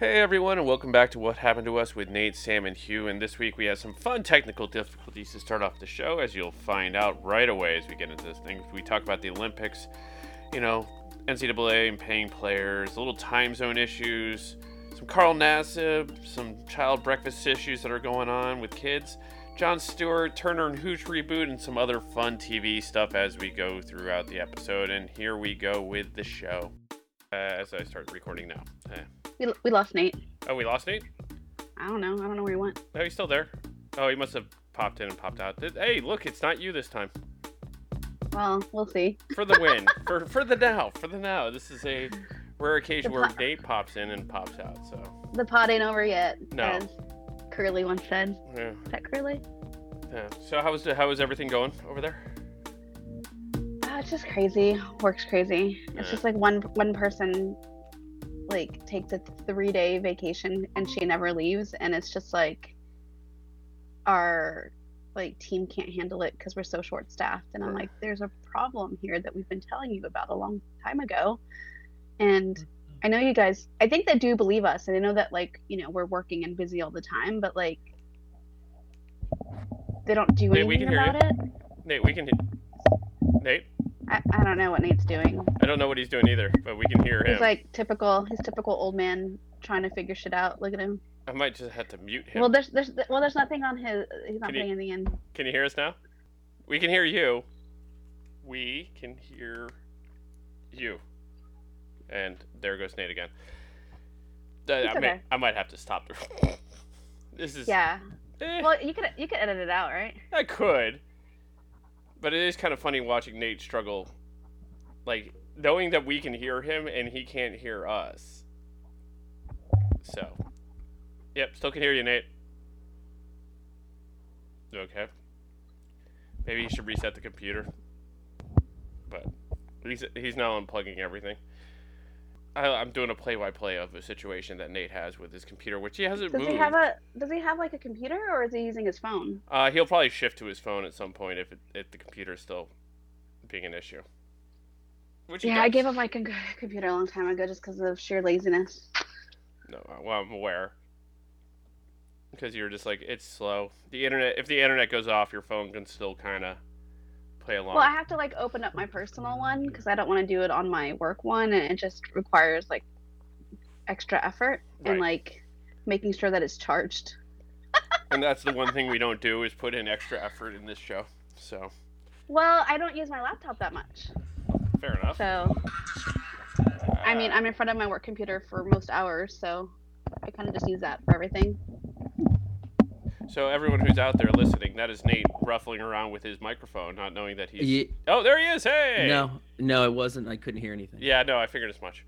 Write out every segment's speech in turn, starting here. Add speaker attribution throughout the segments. Speaker 1: Hey everyone, and welcome back to What Happened to Us with Nate, Sam, and Hugh. And this week we have some fun technical difficulties to start off the show, as you'll find out right away as we get into this thing. We talk about the Olympics, you know, NCAA and paying players, a little time zone issues, some Carl Nassib, some child breakfast issues that are going on with kids, John Stewart, Turner and Hooch reboot, and some other fun TV stuff as we go throughout the episode. And here we go with the show. Uh, as I start recording now. Eh.
Speaker 2: We, we lost Nate.
Speaker 1: Oh, we lost Nate?
Speaker 2: I don't know. I don't know where he went.
Speaker 1: Oh, he's still there. Oh, he must have popped in and popped out. Th- Hey, look, it's not you this time.
Speaker 2: Well, we'll see.
Speaker 1: For the win. for for the now. For the now. This is a rare occasion
Speaker 2: The
Speaker 1: where
Speaker 2: po-
Speaker 1: Nate pops in and pops out. So
Speaker 2: The pod ain't over yet.
Speaker 1: No.
Speaker 2: As Curly once said.
Speaker 1: yeah.
Speaker 2: Is that Curly?
Speaker 1: yeah. So how was the, how was everything going over there?
Speaker 2: Ah, it's just crazy. Work's crazy. It's
Speaker 1: Yeah.
Speaker 2: just like one one person like takes a three day vacation and she never leaves, and it's just like our like team can't handle it because we're so short staffed. And I'm
Speaker 1: Right.
Speaker 2: like, there's a problem here that we've been telling you about a long time ago, and
Speaker 1: Mm-hmm.
Speaker 2: I know you guys. I think they do believe us, and I know that like you know we're working and busy all the time, but like they don't do
Speaker 1: Hey,
Speaker 2: anything
Speaker 1: we can hear you.
Speaker 2: about it.
Speaker 1: Nate, we can he- Nate?
Speaker 2: I, I don't know what Nate's doing.
Speaker 1: I don't know what he's doing either, but we can hear him.
Speaker 2: He's like typical. He's typical old man trying to figure shit out. Look at him.
Speaker 1: I might just have to mute him.
Speaker 2: Well, there's there's well there's nothing on his. He's not
Speaker 1: Can he-
Speaker 2: putting anything in.
Speaker 1: Can you hear us now? We can hear you. We can hear you. And there goes Nate again. Uh,
Speaker 2: It's
Speaker 1: I, may,
Speaker 2: okay.
Speaker 1: I might have to stop the. this is.
Speaker 2: Yeah.
Speaker 1: eh,
Speaker 2: Well, you could you could edit it out, right?
Speaker 1: I could. But it is kind of funny watching Nate struggle. Like, knowing that we can hear him and he can't hear us. So. Yep, still can hear you, Nate. You Okay. Maybe you should reset the computer. But he's, he's now unplugging everything. I, I'm doing a play by play of a situation that Nate has with his computer, which he hasn't
Speaker 2: Does
Speaker 1: moved.
Speaker 2: he have a Does he have like a computer or is he using his phone?
Speaker 1: Uh, he'll probably shift to his phone at some point if, it, if the computer's still being an issue. Which he
Speaker 2: Yeah, I
Speaker 1: does.
Speaker 2: gave up my con- computer a long time ago just because of sheer laziness.
Speaker 1: No, uh, well, I'm aware. Because you're just like it's slow. The internet, if the internet goes off, your phone can still kind of play along.
Speaker 2: Well, I have to like open up my personal one because I don't want to do it on my work one, and it just requires like extra effort
Speaker 1: Right.
Speaker 2: and like making sure that it's charged.
Speaker 1: and that's the one thing we don't do is put in extra effort in this show. So
Speaker 2: Well, I don't use my laptop that much,
Speaker 1: fair enough.
Speaker 2: so I mean,
Speaker 1: Uh,
Speaker 2: I'm in front of my work computer for most hours, so I kind of just use that for everything.
Speaker 1: so everyone who's out there listening, that is Nate ruffling around with his microphone, not knowing that he's.
Speaker 3: Ye-
Speaker 1: Oh, there he is! Hey.
Speaker 3: No, no, it wasn't. I couldn't hear anything.
Speaker 1: Yeah, no, I figured as much.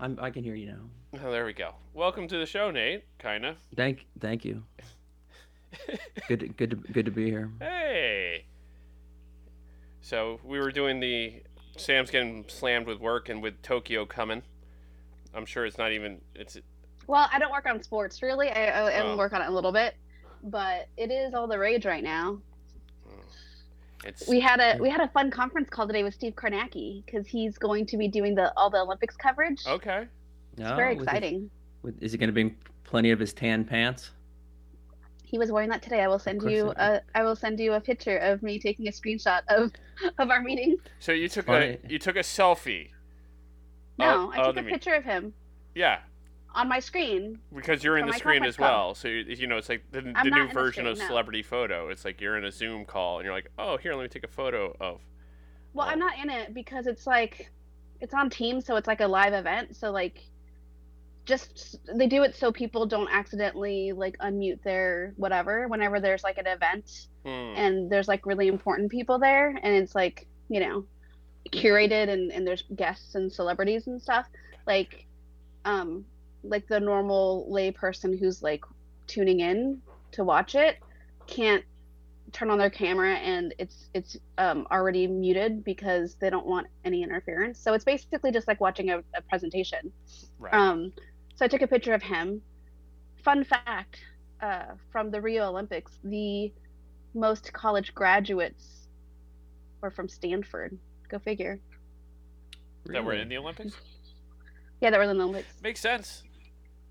Speaker 3: I'm, I can hear you now.
Speaker 1: Oh, there we go. Welcome to the show, Nate. Kind of.
Speaker 3: Thank, thank you. good, to- good, to, good to be here.
Speaker 1: Hey. So we were doing the Sam's getting slammed with work and with Tokyo coming. I'm sure it's not even it's
Speaker 2: Well, I don't work on sports really. I, I, I
Speaker 1: Oh.
Speaker 2: work on it a little bit, but it is all the rage right now.
Speaker 1: mm, it's
Speaker 2: We had a we had a fun conference call today with Steve Kornacki because he's going to be doing the all the Olympics coverage.
Speaker 1: okay.
Speaker 3: No,
Speaker 2: It's very
Speaker 3: Oh, with his-
Speaker 2: exciting.
Speaker 3: with- is he going to bring plenty of his tan pants?
Speaker 2: He was wearing that today. I will send
Speaker 3: course
Speaker 2: you
Speaker 3: I
Speaker 2: a I will send you a picture of me taking a screenshot of of our meeting.
Speaker 1: So you took a
Speaker 3: Funny.
Speaker 1: you took a selfie.
Speaker 2: No,
Speaker 1: Oh,
Speaker 2: I
Speaker 1: oh,
Speaker 2: took
Speaker 1: the
Speaker 2: a
Speaker 1: meet-
Speaker 2: picture of him
Speaker 1: Yeah,
Speaker 2: on my screen.
Speaker 1: because you're in
Speaker 2: For
Speaker 1: the
Speaker 2: my
Speaker 1: screen
Speaker 2: conference
Speaker 1: as well. So you, you know it's like the, the
Speaker 2: not in
Speaker 1: new
Speaker 2: the
Speaker 1: version of
Speaker 2: screen, no.
Speaker 1: celebrity photo. It's like you're in a Zoom call and you're like, "Oh, here, let me take a photo of."
Speaker 2: Well, I'm
Speaker 1: Oh.
Speaker 2: not in it because it's like it's on Teams, so it's like a live event. So like, just they do it so people don't accidentally like unmute their whatever whenever there's like an event
Speaker 1: Hmm.
Speaker 2: and there's like really important people there, and it's like you know curated and and there's guests and celebrities and stuff like um like the normal lay person who's like tuning in to watch it can't turn on their camera and it's it's um, already muted because they don't want any interference so it's basically just like watching a, a presentation
Speaker 1: Right.
Speaker 2: um, so I took a picture of him. Fun fact uh, from the Rio Olympics, the most college graduates were from Stanford. Go figure.
Speaker 1: That we're in
Speaker 3: Really?
Speaker 1: the Olympics.
Speaker 2: Yeah, that were in the Olympics.
Speaker 1: Makes sense.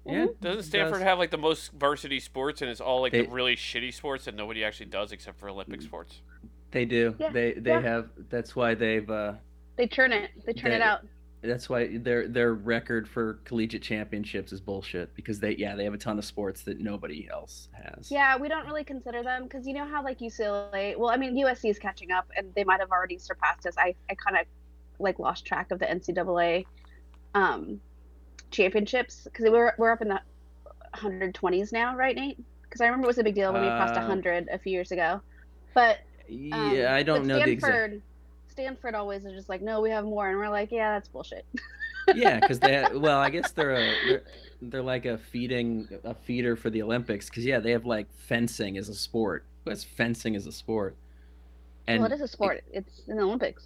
Speaker 3: Yeah.
Speaker 1: Doesn't
Speaker 3: it
Speaker 1: Stanford
Speaker 3: does.
Speaker 1: have like the most varsity sports, and it's all like
Speaker 3: They- Mm,
Speaker 1: the really shitty sports that nobody actually does except for Olympic sports?
Speaker 3: They do.
Speaker 2: Yeah,
Speaker 3: They they
Speaker 2: yeah.
Speaker 3: have. That's why they've. uh
Speaker 2: They churn it. They churn it
Speaker 3: That-
Speaker 2: out.
Speaker 3: That's why their their record for collegiate championships is bullshit because they yeah they have a ton of sports that nobody else has.
Speaker 2: Yeah, we don't really consider them because you know how like UCLA. Well, I mean USC is catching up, and they might have already surpassed us. I I kind of like lost track of the NCAA um, championships because we're we're up in the 120s now, right, Nate? Because I remember it was a big deal when we crossed
Speaker 3: Uh,
Speaker 2: 100 a few years ago. But um,
Speaker 3: Yeah, I don't
Speaker 2: but
Speaker 3: know the exact.
Speaker 2: Stanford, Stanford always is just like, no, we have more, and we're like, yeah, that's bullshit.
Speaker 3: yeah, because they well, I guess they're a they're, they're like a feeding a feeder for the Olympics because yeah, they have like fencing as a sport. Who has fencing as a sport? And
Speaker 2: well, it is a sport. it's in the Olympics.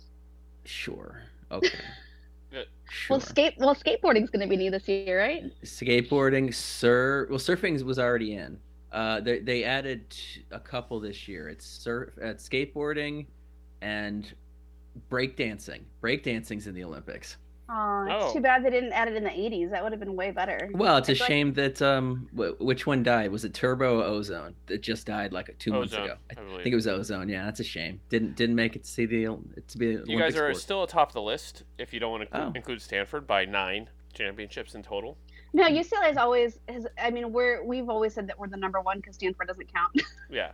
Speaker 3: sure, okay,
Speaker 1: Yeah.
Speaker 3: sure.
Speaker 2: Well, skate well skateboarding's going to be new this year, right?
Speaker 3: skateboarding, sur well, surfing was already in. Uh, they they added t- a couple this year. It's surf, uh, skateboarding, and breakdancing. Breakdancing's in the Olympics.
Speaker 2: Oh, it's
Speaker 1: Oh.
Speaker 2: too bad they didn't add it in the 80s. That would have been way better.
Speaker 3: Well, it's a
Speaker 2: It's like-
Speaker 3: shame that um, wh- which one died? Was it Turbo or Ozone? That just died like two months
Speaker 1: Ozone,
Speaker 3: ago. I
Speaker 1: I believe.
Speaker 3: think it was Ozone. Yeah, that's a shame. Didn't didn't make it to see the Ol- to be. an
Speaker 1: you guys
Speaker 3: Olympic
Speaker 1: are
Speaker 3: sport.
Speaker 1: still atop the list if you don't want to
Speaker 3: Oh.
Speaker 1: include Stanford by nine championships in total.
Speaker 2: No, UCLA is always has. I mean, we're we've always said that we're the number one because Stanford doesn't count.
Speaker 1: Yeah.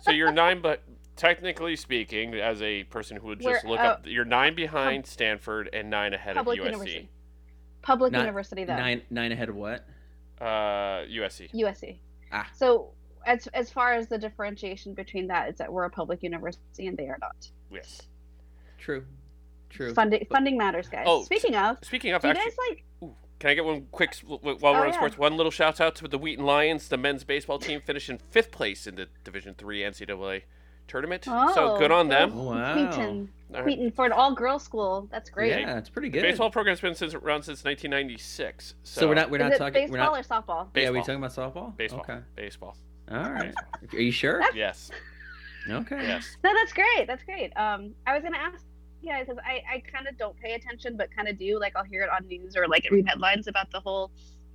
Speaker 1: so you're nine, but technically speaking, as a person who would just
Speaker 2: We're
Speaker 1: look up, you're nine behind Stanford and nine ahead of
Speaker 2: Public
Speaker 1: USC.
Speaker 2: university. Public
Speaker 3: Not-
Speaker 2: university though.
Speaker 3: nine nine ahead of what?
Speaker 1: Uh, USC.
Speaker 2: USC.
Speaker 3: Ah.
Speaker 2: So as as far as the differentiation between that is that we're a public university and they are not.
Speaker 1: Yes.
Speaker 3: True, true.
Speaker 2: Funding funding matters, guys.
Speaker 1: Oh,
Speaker 2: Speaking of,
Speaker 1: Speaking of,
Speaker 2: do you
Speaker 1: actually,
Speaker 2: guys like?
Speaker 1: Ooh, Can I get one quick s- w- w- while we're
Speaker 2: Oh,
Speaker 1: on
Speaker 2: yeah.
Speaker 1: sports? One little shout out to the Wheaton Lions. The men's baseball team finished in fifth place in the Division Three NCAA tournament. so
Speaker 2: Oh,
Speaker 1: good on
Speaker 2: good.
Speaker 1: them.
Speaker 3: Wow.
Speaker 2: Wheaton,
Speaker 1: All right.
Speaker 2: Wheaton for an all girls school. That's great.
Speaker 1: Yeah,
Speaker 3: Yeah, it's pretty
Speaker 1: The
Speaker 3: good.
Speaker 1: baseball program's been since around since 1996. So,
Speaker 3: So, we're not we're
Speaker 2: is
Speaker 3: not
Speaker 2: it
Speaker 3: talking. We're
Speaker 2: baseball
Speaker 3: not.
Speaker 2: or softball?
Speaker 3: Yeah, we
Speaker 1: baseball.
Speaker 3: talking about softball.
Speaker 1: Baseball.
Speaker 3: Okay.
Speaker 1: Baseball.
Speaker 3: All right. Are you sure?
Speaker 1: Yes.
Speaker 3: Okay.
Speaker 1: Yes.
Speaker 2: No, that's great. That's great. Um, I was gonna ask you guys because I, I kind of don't pay attention, but kind of do. Like I'll hear it on news or like read headlines about the whole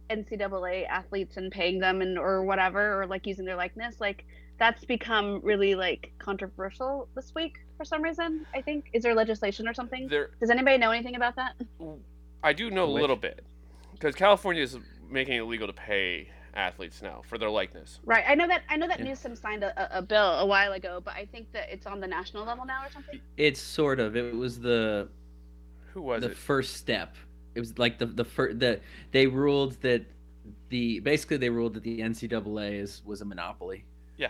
Speaker 2: NCAA athletes and paying them and or whatever or like using their likeness. Like that's become really like controversial this week for some reason. I think is there legislation or something?
Speaker 1: There,
Speaker 2: Does anybody know anything about that?
Speaker 1: I do know a
Speaker 3: Which-
Speaker 1: little bit because California is making it illegal to pay athletes now for their likeness.
Speaker 2: Right. I know that I know that
Speaker 3: Yeah.
Speaker 2: Newsom signed a, a, a bill a while ago, but I think that it's on the national level now or something.
Speaker 3: It's sort of. It was the
Speaker 1: Who was
Speaker 3: the
Speaker 1: it?
Speaker 3: first step. It was like the the first the they ruled that the basically they ruled that the NCAA is was a monopoly.
Speaker 1: Yeah.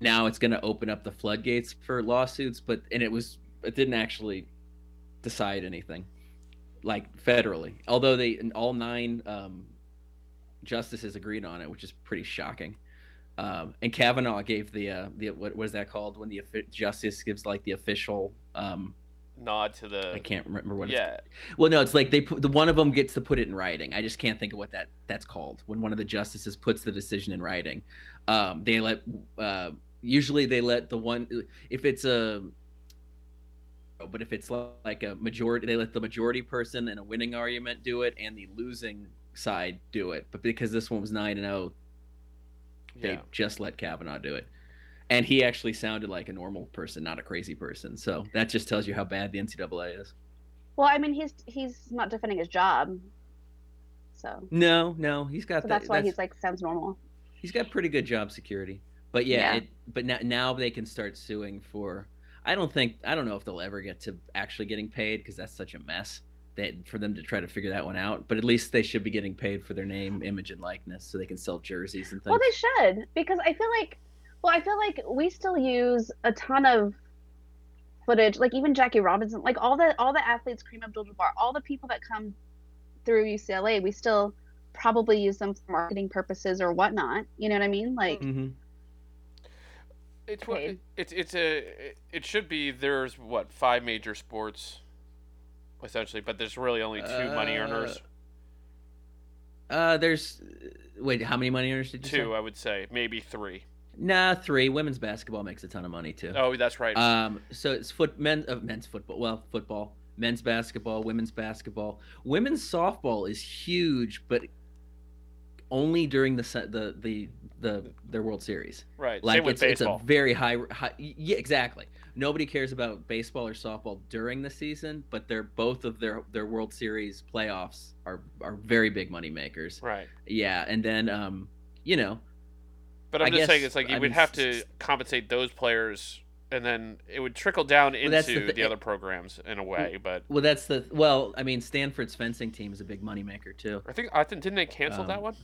Speaker 3: Now it's going to open up the floodgates for lawsuits, but and it was it didn't actually decide anything like federally. Although they and all nine um, justices agreed on it, which is pretty shocking. Um, and Kavanaugh gave the uh, the what was that called when the offi- justice gives like the official um,
Speaker 1: Nod to the.
Speaker 3: I can't remember what it's
Speaker 1: yeah.
Speaker 3: well, no, it's like they put the one of them gets to put it in writing. I just can't think of what that that's called when one of the justices puts the decision in writing. Um, they let uh, usually they let the one if it's a but if it's li- like a majority they let the majority person in a winning argument do it and the losing side do it. But because this one was 9 and 0, they
Speaker 1: Yeah.
Speaker 3: just let Kavanaugh do it. And he actually sounded like a normal person, not a crazy person. So that just tells you how bad the NCAA is.
Speaker 2: Well, I mean he's he's not defending his job. So
Speaker 3: No, no, he's got
Speaker 2: So
Speaker 3: that.
Speaker 2: that's why he's like sounds normal.
Speaker 3: he's got pretty good job security. But yeah,
Speaker 2: Yeah.
Speaker 3: It, but now, now they can start suing for. I don't think I don't know if they'll ever get to actually getting paid because that's such a mess that for them to try to figure that one out. But at least they should be getting paid for their name, image, and likeness, so they can sell jerseys and things.
Speaker 2: Well, they should because I feel like, well, I feel like we still use a ton of footage, like even Jackie Robinson, like all the all the athletes, Kareem Abdul-Jabbar, all the people that come through UCLA, we still probably use them for marketing purposes or whatnot. You know what I mean? Like,
Speaker 3: hmm
Speaker 1: It's what
Speaker 2: Okay.
Speaker 1: it's it's a it- it should be. There's what five major sports, essentially, but there's really only two money earners.
Speaker 3: Uh, there's wait, how many money earners did you
Speaker 1: Two, uh,
Speaker 3: say?
Speaker 1: I would say, maybe three.
Speaker 3: Nah, three. Women's basketball makes a ton of money too.
Speaker 1: Oh, that's right.
Speaker 3: Um, so it's foot men of men's football. Well, football, men's basketball, women's basketball, women's softball is huge, but only during the se- the the the their World Series.
Speaker 1: Right.
Speaker 3: Like
Speaker 1: Same with
Speaker 3: it's it's a
Speaker 1: baseball.
Speaker 3: very high, high yeah exactly. Nobody cares about baseball or softball during the season, but they're both of their their World Series playoffs are are very big money makers.
Speaker 1: right.
Speaker 3: Yeah, and then um you know
Speaker 1: But I'm
Speaker 3: I
Speaker 1: just saying
Speaker 3: guess-
Speaker 1: it's like
Speaker 3: I
Speaker 1: you would
Speaker 3: mean,
Speaker 1: have
Speaker 3: s-
Speaker 1: to compensate those players, and then it would trickle down into
Speaker 3: that's the
Speaker 1: the,
Speaker 3: thi-
Speaker 1: other programs in a way. But
Speaker 3: well that's the well I mean Stanford's fencing team is a big money maker too.
Speaker 1: I think I think didn't they cancel
Speaker 3: Um,
Speaker 1: that one?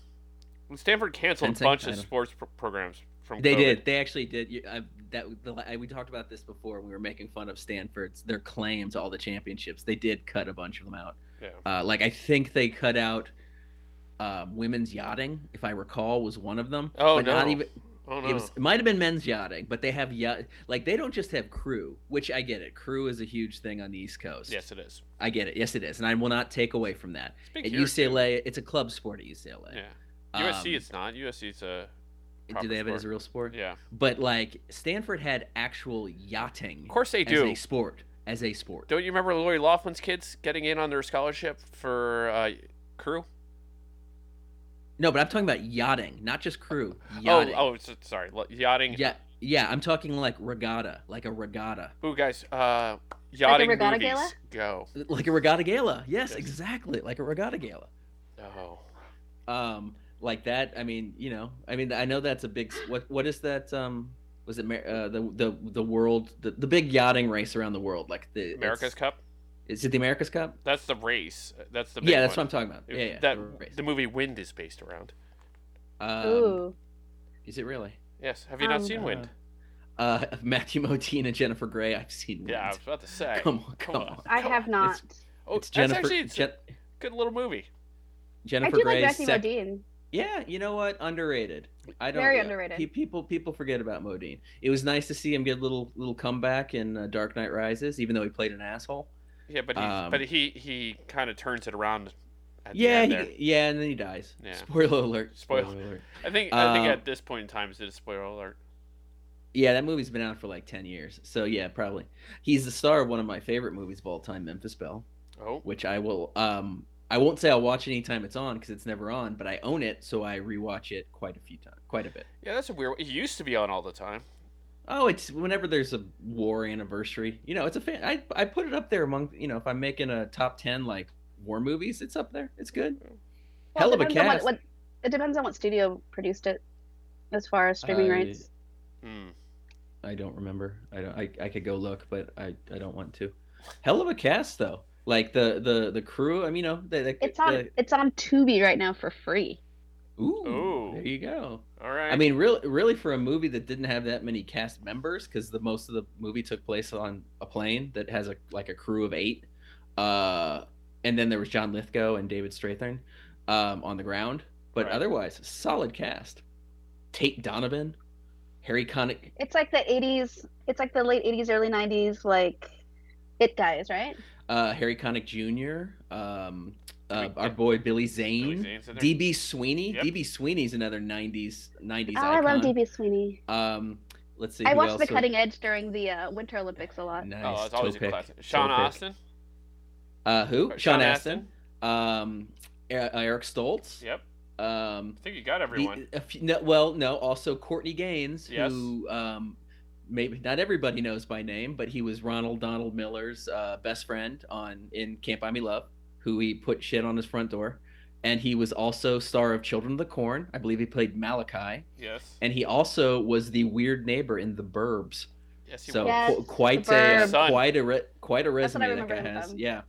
Speaker 1: Stanford canceled a
Speaker 3: fencing?
Speaker 1: bunch
Speaker 3: I
Speaker 1: of
Speaker 3: don't-
Speaker 1: sports pro- programs from.
Speaker 3: They
Speaker 1: COVID.
Speaker 3: did. They actually did. You- I, that the, I, we talked about this before. when We were making fun of Stanford's their claim to all the championships. They did cut a bunch of them out.
Speaker 1: Yeah.
Speaker 3: Uh, like I think they cut out um, women's yachting, if I recall, was one of them.
Speaker 1: Oh
Speaker 3: but
Speaker 1: no.
Speaker 3: Not even,
Speaker 1: oh no.
Speaker 3: it, was, it might have been men's yachting, but they have yacht. Like they don't just have crew, which I get it. Crew is a huge thing on the East Coast.
Speaker 1: yes, it is.
Speaker 3: I get it. Yes, it is, and I will not take away from that.
Speaker 1: It's big
Speaker 3: At
Speaker 1: here, too.
Speaker 3: UCLA, it's a club sport at UCLA.
Speaker 1: Yeah. USC,
Speaker 3: Um,
Speaker 1: it's not. USC's a.
Speaker 3: do
Speaker 1: proper
Speaker 3: they have it
Speaker 1: sport.
Speaker 3: as a real sport?
Speaker 1: Yeah.
Speaker 3: but like Stanford had actual yachting
Speaker 1: Of course they
Speaker 3: as
Speaker 1: do.
Speaker 3: a sport as a sport.
Speaker 1: Don't you remember Lori Laughlin's kids getting in on their scholarship for uh, crew?
Speaker 3: No, but I'm talking about yachting, not just crew. Yachting.
Speaker 1: Oh, oh, so- sorry, lo- yachting.
Speaker 3: yeah, yeah. I'm talking like regatta, like a regatta,
Speaker 1: Ooh, guys, uh, yachting
Speaker 2: regatta
Speaker 1: movies.
Speaker 2: gala?
Speaker 1: Go.
Speaker 3: like a regatta gala. Yes,
Speaker 1: Yes.
Speaker 3: exactly, like a regatta gala.
Speaker 1: Oh,
Speaker 3: Um, like that. I mean, you know, I mean, I know that's a big. What what is that? Um, was it Mer- uh, the the the world the, the big yachting race around the world? Like the
Speaker 1: America's
Speaker 3: it's-
Speaker 1: Cup.
Speaker 3: Is it the America's Cup?
Speaker 1: That's the race. Uh, That's the. Big
Speaker 3: Yeah, that's
Speaker 1: one.
Speaker 3: what I'm talking about. Yeah, yeah.
Speaker 1: That
Speaker 3: the race.
Speaker 1: the movie Wind is based around.
Speaker 3: um,
Speaker 2: Ooh.
Speaker 3: is it really?
Speaker 1: Yes. Have you not
Speaker 2: Um,
Speaker 1: seen Wind?
Speaker 3: Uh, Matthew Modine and Jennifer Grey. I've seen.
Speaker 1: yeah, I
Speaker 3: Wind.
Speaker 1: was about to say.
Speaker 3: Come on,
Speaker 1: come
Speaker 3: come,
Speaker 1: on.
Speaker 3: on.
Speaker 2: I
Speaker 1: come
Speaker 2: have
Speaker 1: on,
Speaker 2: not.
Speaker 1: oh,
Speaker 3: It's
Speaker 1: that's
Speaker 3: Jennifer.
Speaker 1: actually it's
Speaker 3: Jen-
Speaker 1: a good little movie.
Speaker 2: I
Speaker 3: Jennifer
Speaker 2: do like
Speaker 3: Grey's
Speaker 2: Matthew
Speaker 3: sec-
Speaker 2: Modine.
Speaker 3: Yeah, you know what? Underrated. I don't.
Speaker 2: Very
Speaker 3: yeah,
Speaker 2: underrated.
Speaker 3: pe- People people forget about Modine. It was nice to see him get a little little comeback in uh, Dark Knight Rises, even though he played an asshole.
Speaker 1: Yeah, but he
Speaker 3: Um,
Speaker 1: but he he kind of turns it around. At
Speaker 3: yeah,
Speaker 1: The end
Speaker 3: he, yeah, and then he dies.
Speaker 1: Yeah.
Speaker 3: Spoiler alert.
Speaker 1: Spoiler.
Speaker 3: alert.
Speaker 1: there. I think I think
Speaker 3: uh,
Speaker 1: at this point in time, is it a spoiler alert?
Speaker 3: Yeah, that movie's been out for like ten years, so yeah, probably. He's the star of one of my favorite movies of all time, Memphis Belle.
Speaker 1: Oh,
Speaker 3: which I will um I won't say I'll watch anytime it's on because it's never on, but I own it, so I rewatch it quite a few times, quite a bit.
Speaker 1: yeah, that's a weird. It used to be on all the time.
Speaker 3: Oh, it's whenever there's a war anniversary, you know, it's a fan. I I put it up there among you know if I'm making a top ten like war movies, it's up there. It's good. Hell
Speaker 2: it
Speaker 3: of a
Speaker 2: depends on what-
Speaker 3: cast.
Speaker 2: What, it depends on what studio produced it, as far as streaming
Speaker 3: Uh,
Speaker 2: rights.
Speaker 1: Hmm.
Speaker 3: I don't remember. I don't. I, I could go look, but I I don't want to. Hell of a cast though. Like the the the crew. I mean, you know, the, the,
Speaker 2: It's on.
Speaker 3: the-
Speaker 2: It's on Tubi right now for free.
Speaker 3: ooh,
Speaker 1: Ooh.
Speaker 3: there you go.
Speaker 1: All right.
Speaker 3: I mean, really, really, for a movie that didn't have that many cast members, because the most of the movie took place on a plane that has a like a crew of eight, uh, and then there was John Lithgow and David Strathern um, on the ground. But
Speaker 1: Right.
Speaker 3: otherwise, solid cast. Tate Donovan, Harry Connick.
Speaker 2: It's like the '80s. It's like the late '80s, early '90s, like it guys, right?
Speaker 3: uh, Harry Connick Jr., um, uh,
Speaker 1: Billy-
Speaker 3: our boy Billy Zane,
Speaker 1: Billy Zane's in there.
Speaker 3: DB Sweeney.
Speaker 1: Yep.
Speaker 3: DB Sweeney's another '90s '90s
Speaker 2: Oh, I
Speaker 3: icon.
Speaker 2: love DB Sweeney.
Speaker 3: Um, let's see.
Speaker 2: I
Speaker 3: who
Speaker 2: watched
Speaker 3: else
Speaker 2: The
Speaker 3: was-
Speaker 2: Cutting Edge during the uh, Winter Olympics a lot.
Speaker 3: Nice.
Speaker 1: oh, it's always
Speaker 3: toe
Speaker 1: a
Speaker 3: pick.
Speaker 1: classic. Sean
Speaker 3: Toe pick.
Speaker 1: Austin.
Speaker 3: Uh, who?
Speaker 1: Or
Speaker 3: Sean Astin. Um, E- Eric Stoltz.
Speaker 1: Yep.
Speaker 3: Um,
Speaker 1: I think you got
Speaker 3: the-
Speaker 1: everyone.
Speaker 3: a few- no, well, no, also Courtney Gaines,
Speaker 1: Yes.
Speaker 3: who um, maybe not everybody knows by name, but he was Ronald Donald Miller's uh, best friend on in Can't Buy Me Love, who he put shit on his front door. And he was also star of Children of the Corn. I believe he played Malachi.
Speaker 1: yes.
Speaker 3: And he also was the weird neighbor in The Burbs.
Speaker 1: yes, he
Speaker 3: So
Speaker 1: was.
Speaker 2: Yes,
Speaker 3: qu- quite
Speaker 2: the
Speaker 3: a
Speaker 1: Burbs.
Speaker 3: uh, quite a re- quite a
Speaker 2: That's what I
Speaker 3: resume that guy
Speaker 2: remember him
Speaker 3: has.
Speaker 2: from.
Speaker 3: Yeah,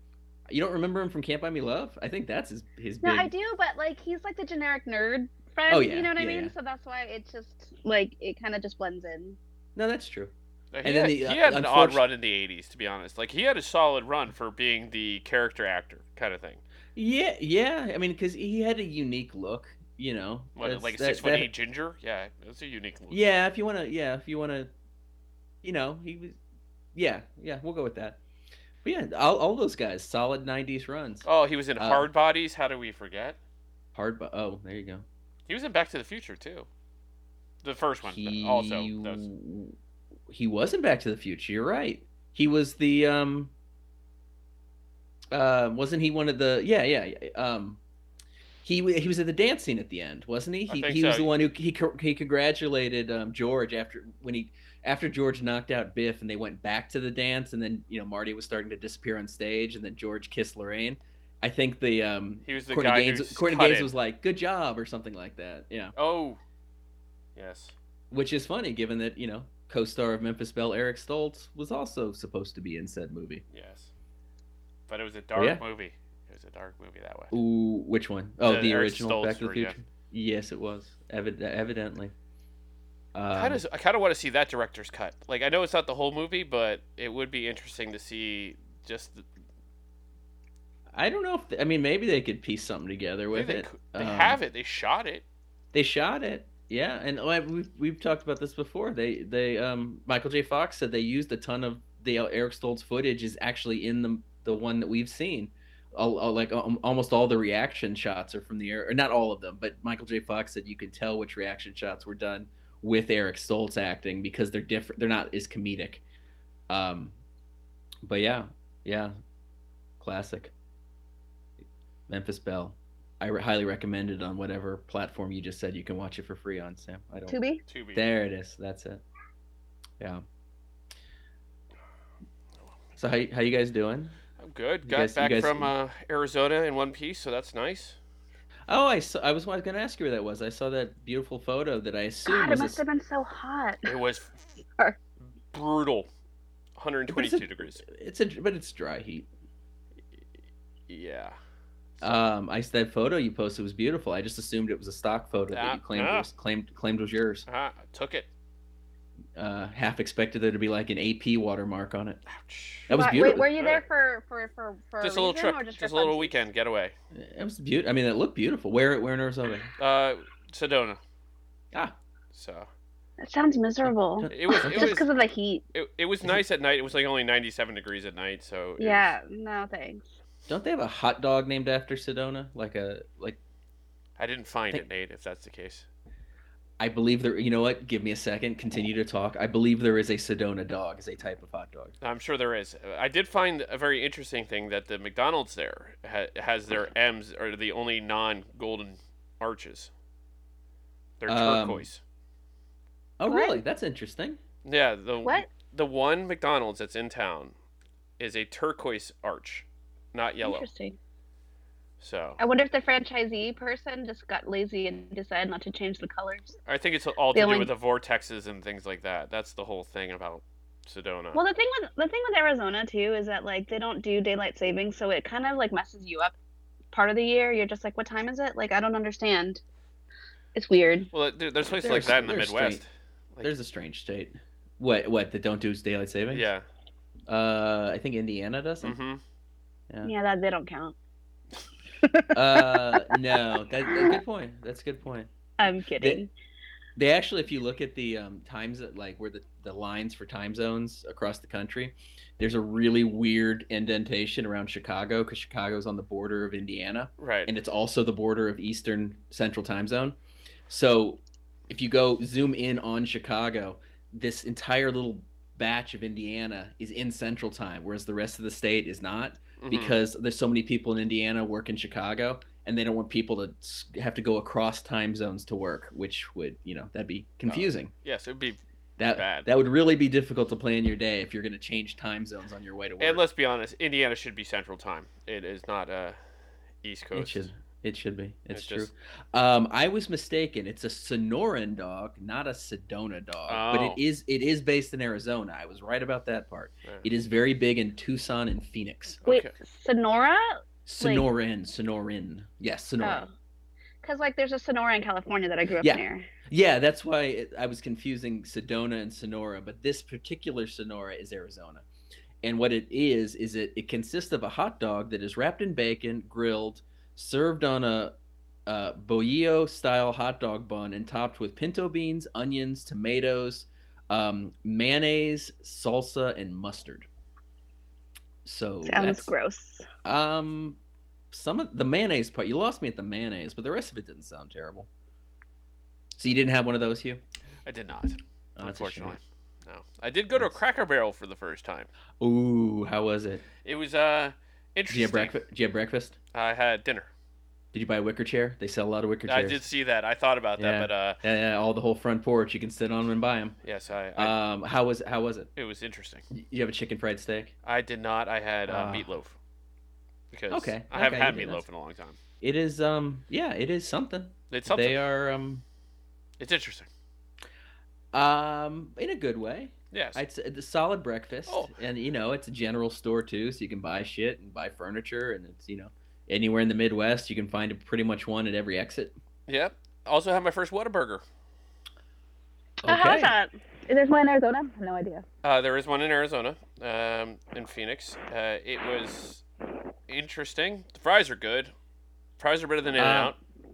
Speaker 3: you don't remember him from Can't Buy Me Love? I think that's his his
Speaker 2: No,
Speaker 3: big.
Speaker 2: I do, but like he's like the generic nerd friend.
Speaker 3: Oh, yeah,
Speaker 2: You know what I
Speaker 3: yeah,
Speaker 2: mean?
Speaker 3: yeah.
Speaker 2: So that's why it's just like it kind of just blends in.
Speaker 3: No, that's true.
Speaker 1: He
Speaker 3: and then
Speaker 1: had,
Speaker 3: the,
Speaker 1: he
Speaker 3: uh,
Speaker 1: had an odd
Speaker 3: unfortunate-
Speaker 1: run in the '80s, to be honest. Like he had a solid run for being the character actor kind of thing.
Speaker 3: Yeah, yeah. I mean, because he had a unique look. You know,
Speaker 1: What,
Speaker 3: That's-
Speaker 1: like
Speaker 3: that-
Speaker 1: six foot
Speaker 3: that-
Speaker 1: eight ginger? Yeah, that's a unique look.
Speaker 3: Yeah, if you want to. Yeah, if you want to. You know, he was. Yeah, yeah. We'll go with that. But yeah, all, all those guys, solid '90s runs.
Speaker 1: Oh, he was in
Speaker 3: Uh,
Speaker 1: Hard Bodies. How do we forget?
Speaker 3: Hard, but oh, there you go.
Speaker 1: He was in Back to the Future too. The first one,
Speaker 3: He
Speaker 1: also. Those.
Speaker 3: he wasn't Back to the Future. You're right. He was the um. Uh, wasn't he one of the? Yeah, yeah. yeah, Um, He w- he was at the dance scene at the end, wasn't he?
Speaker 1: I
Speaker 3: He,
Speaker 1: think
Speaker 3: he was
Speaker 1: so.
Speaker 3: the one who he co- he congratulated um, George after when he after George knocked out Biff and they went back to the dance and then you know Marty was starting to disappear on stage and then George kissed Lorraine. I think the um
Speaker 1: He was the
Speaker 3: Courtney
Speaker 1: guy who
Speaker 3: Gaines, Courtney
Speaker 1: cut
Speaker 3: Gaines
Speaker 1: it.
Speaker 3: was like good job or something like that. Yeah.
Speaker 1: Oh, yes.
Speaker 3: which is funny given that you know co-star of memphis belle eric stoltz was also supposed to be in said movie
Speaker 1: Yes. But it was a dark
Speaker 3: yeah.
Speaker 1: movie. It was a dark movie that way.
Speaker 3: Ooh, which one? Oh,
Speaker 1: The
Speaker 3: the,
Speaker 1: Uh, Eric
Speaker 3: original
Speaker 1: Stoltz
Speaker 3: back to the
Speaker 1: version.
Speaker 3: future yes it was Evid- evidently
Speaker 1: How
Speaker 3: um,
Speaker 1: does I kind of want to see that director's cut. Like I know it's not the whole movie, but it would be interesting to see just the,
Speaker 3: i don't know if i mean maybe they could piece something together with
Speaker 1: they,
Speaker 3: it
Speaker 1: cou- they
Speaker 3: Um,
Speaker 1: have it. They shot it.
Speaker 3: they shot it yeah and oh, I- we've, we've talked about this before they they um michael j fox said they used a ton of the uh, eric stoltz footage is actually in the the one that we've seen all, all- like um, almost all the reaction shots are from the air or not all of them but michael j fox said you can tell which reaction shots were done with eric stoltz acting because they're different they're not as comedic um but yeah yeah classic memphis belle I re- highly recommend it on whatever platform you just said you can watch it for free on, Sam. I don't.
Speaker 2: Tubi.
Speaker 1: To be.
Speaker 3: There it is. That's it. Yeah. So how how you guys doing?
Speaker 1: I'm good.
Speaker 3: You
Speaker 1: Got
Speaker 3: guys- you
Speaker 1: back
Speaker 3: guys-
Speaker 1: from uh, Arizona in one piece, so that's nice.
Speaker 3: Oh, I saw, I was going to ask you where that was. I saw that beautiful photo that I assume
Speaker 2: God, it
Speaker 3: was. a
Speaker 2: must have been so hot.
Speaker 1: It was
Speaker 2: Sorry.
Speaker 1: brutal. 122
Speaker 3: But
Speaker 1: degrees.
Speaker 3: s- it's a but it's dry heat.
Speaker 1: Yeah.
Speaker 3: Um, I that photo you posted was beautiful. I just assumed it was a stock photo that
Speaker 1: Ah,
Speaker 3: you claimed
Speaker 1: ah.
Speaker 3: was claimed claimed was yours.
Speaker 1: Ah, I took it.
Speaker 3: Uh, half expected there to be like an AP watermark on it.
Speaker 1: Ouch.
Speaker 3: That was
Speaker 2: Why-
Speaker 3: beautiful.
Speaker 2: Wait, were you there
Speaker 1: Alright.
Speaker 2: for for for for
Speaker 1: Just a
Speaker 2: a,
Speaker 1: little
Speaker 2: reason,
Speaker 1: trip.
Speaker 2: or
Speaker 1: Just,
Speaker 2: for
Speaker 1: a little
Speaker 2: fun?
Speaker 1: weekend getaway.
Speaker 3: It was beautiful. I mean, it looked beautiful. Where where in Arizona?
Speaker 1: Uh, Sedona.
Speaker 3: Ah.
Speaker 1: So
Speaker 2: That sounds miserable.
Speaker 1: it was it
Speaker 2: Just
Speaker 1: was
Speaker 2: because of the heat.
Speaker 1: it, it was
Speaker 3: it-
Speaker 1: nice at night. It was like only 97 degrees at night, so it was-
Speaker 2: Yeah. No thanks.
Speaker 3: Don't they have a hot dog named after Sedona? Like a like
Speaker 1: I didn't find
Speaker 3: Think-
Speaker 1: it, Nate. If that's the case,
Speaker 3: I believe there. You know what? Give me a second. Continue to talk. I believe there is a Sedona dog as a type of hot dog.
Speaker 1: I'm sure there is. I did find a very interesting thing that the McDonald's there ha- has their M's are the only non-golden arches. They're
Speaker 3: Um,
Speaker 1: turquoise.
Speaker 3: Oh,
Speaker 2: What?
Speaker 3: really? That's interesting.
Speaker 1: Yeah. The
Speaker 2: What?
Speaker 1: the one McDonald's that's in town is a turquoise arch, not yellow.
Speaker 2: Interesting.
Speaker 1: So
Speaker 2: I wonder if the franchisee person just got lazy and decided not to change the colors.
Speaker 1: I think it's all
Speaker 2: The
Speaker 1: to do
Speaker 2: only-
Speaker 1: with the vortexes and things like that. That's the whole thing about Sedona.
Speaker 2: Well, the thing with the thing with Arizona too is that like they don't do daylight savings, so it kind of like messes you up. Part of the year, you're just like, what time is it? Like, I don't understand. It's weird.
Speaker 1: Well, there, there's places like
Speaker 3: There's-
Speaker 1: that in the
Speaker 3: there's
Speaker 1: Midwest.
Speaker 3: state-
Speaker 1: Like-
Speaker 3: There's a strange state. What what that don't do is daylight savings?
Speaker 1: Yeah.
Speaker 3: Uh, I think Indiana doesn't.
Speaker 1: Mm-hmm.
Speaker 3: Yeah.
Speaker 2: Yeah, that they don't count.
Speaker 3: uh, no. That, that's a good point. That's a good point.
Speaker 2: I'm kidding.
Speaker 3: They actually, if you look at the um, times, that- like where the, the lines for time zones across the country, there's a really weird indentation around Chicago because Chicago's on the border of Indiana,
Speaker 1: Right.
Speaker 3: and it's also the border of Eastern Central Time Zone. So, if you go zoom in on Chicago, this entire little batch of Indiana is in Central Time, whereas the rest of the state is not
Speaker 1: Mhm.
Speaker 3: because there's so many people in Indiana work in Chicago and they don't want people to s- have to go across time zones to work, which would, you know, that'd be confusing.
Speaker 1: yes, it would be
Speaker 3: that
Speaker 1: Oh, bad.
Speaker 3: that would really be difficult to plan your day if you're going to change time zones on your way to work.
Speaker 1: and let's be honest, Indiana should be Central Time. It is not uh, East Coast.
Speaker 3: it should it should be. It's,
Speaker 1: It's
Speaker 3: true.
Speaker 1: just-
Speaker 3: Um, I was mistaken. It's a Sonoran dog, not a Sedona dog, but
Speaker 1: Oh.
Speaker 3: it is it is based in Arizona. I was right about that part.
Speaker 1: Yeah.
Speaker 3: It is very big in Tucson and Phoenix.
Speaker 1: uh,
Speaker 2: Wait,
Speaker 1: okay.
Speaker 2: Sonora?
Speaker 3: Sonoran, Sonoran. Yes, Sonoran.
Speaker 2: Oh. Because like there's a Sonora in California that I grew up
Speaker 3: Yeah.
Speaker 2: near.
Speaker 3: Yeah, that's why it, I was confusing Sedona and Sonora, but this particular Sonora is Arizona. And what it is is it it consists of a hot dog that is wrapped in bacon, grilled, served on a uh, boillo style hot dog bun and topped with pinto beans, onions, tomatoes, um, mayonnaise, salsa, and mustard. So
Speaker 2: Sounds
Speaker 3: that's-
Speaker 2: gross.
Speaker 3: um, some of the mayonnaise part, you lost me at the mayonnaise, but the rest of it didn't sound terrible. So you didn't have one of those, Hugh?
Speaker 1: I did not,
Speaker 3: Oh, that's a shame.
Speaker 1: unfortunately. No, I did go to a
Speaker 3: That's-
Speaker 1: Cracker Barrel for the first time.
Speaker 3: Ooh, how was it?
Speaker 1: It was uh
Speaker 3: Did
Speaker 1: interesting.
Speaker 3: you have breakfast? Did you have breakfast?
Speaker 1: I had dinner.
Speaker 3: Did you buy a wicker chair? They sell a lot of wicker
Speaker 1: I
Speaker 3: chairs.
Speaker 1: did see that. I thought about that,
Speaker 3: Yeah.
Speaker 1: but uh,
Speaker 3: Yeah, yeah, all the whole front porch. You can sit on them and buy them.
Speaker 1: yes, I, I
Speaker 3: Um, how was how was it?
Speaker 1: it was interesting.
Speaker 3: Y- You have a chicken fried steak.
Speaker 1: I did not. I had uh,
Speaker 3: Ah.
Speaker 1: meatloaf because
Speaker 3: Okay,
Speaker 1: I haven't
Speaker 3: okay,
Speaker 1: had
Speaker 3: you did
Speaker 1: meatloaf
Speaker 3: that.
Speaker 1: in a long time.
Speaker 3: It is um yeah, it is something.
Speaker 1: It's something.
Speaker 3: They are um
Speaker 1: It's interesting.
Speaker 3: um in a good way.
Speaker 1: Yes.
Speaker 3: It's a solid breakfast,
Speaker 1: Oh.
Speaker 3: and you know it's a general store too, so you can buy shit and buy furniture, and it's you know anywhere in the Midwest you can find a, pretty much one at every exit.
Speaker 1: Yep. Also had my first Whataburger. Oh,
Speaker 2: Uh, How's that? Is there one in Arizona? I have no idea.
Speaker 1: Uh, there is one in Arizona, um, in Phoenix. Uh, it was interesting. The fries are good. Fries are better than In and Out.
Speaker 3: Uh,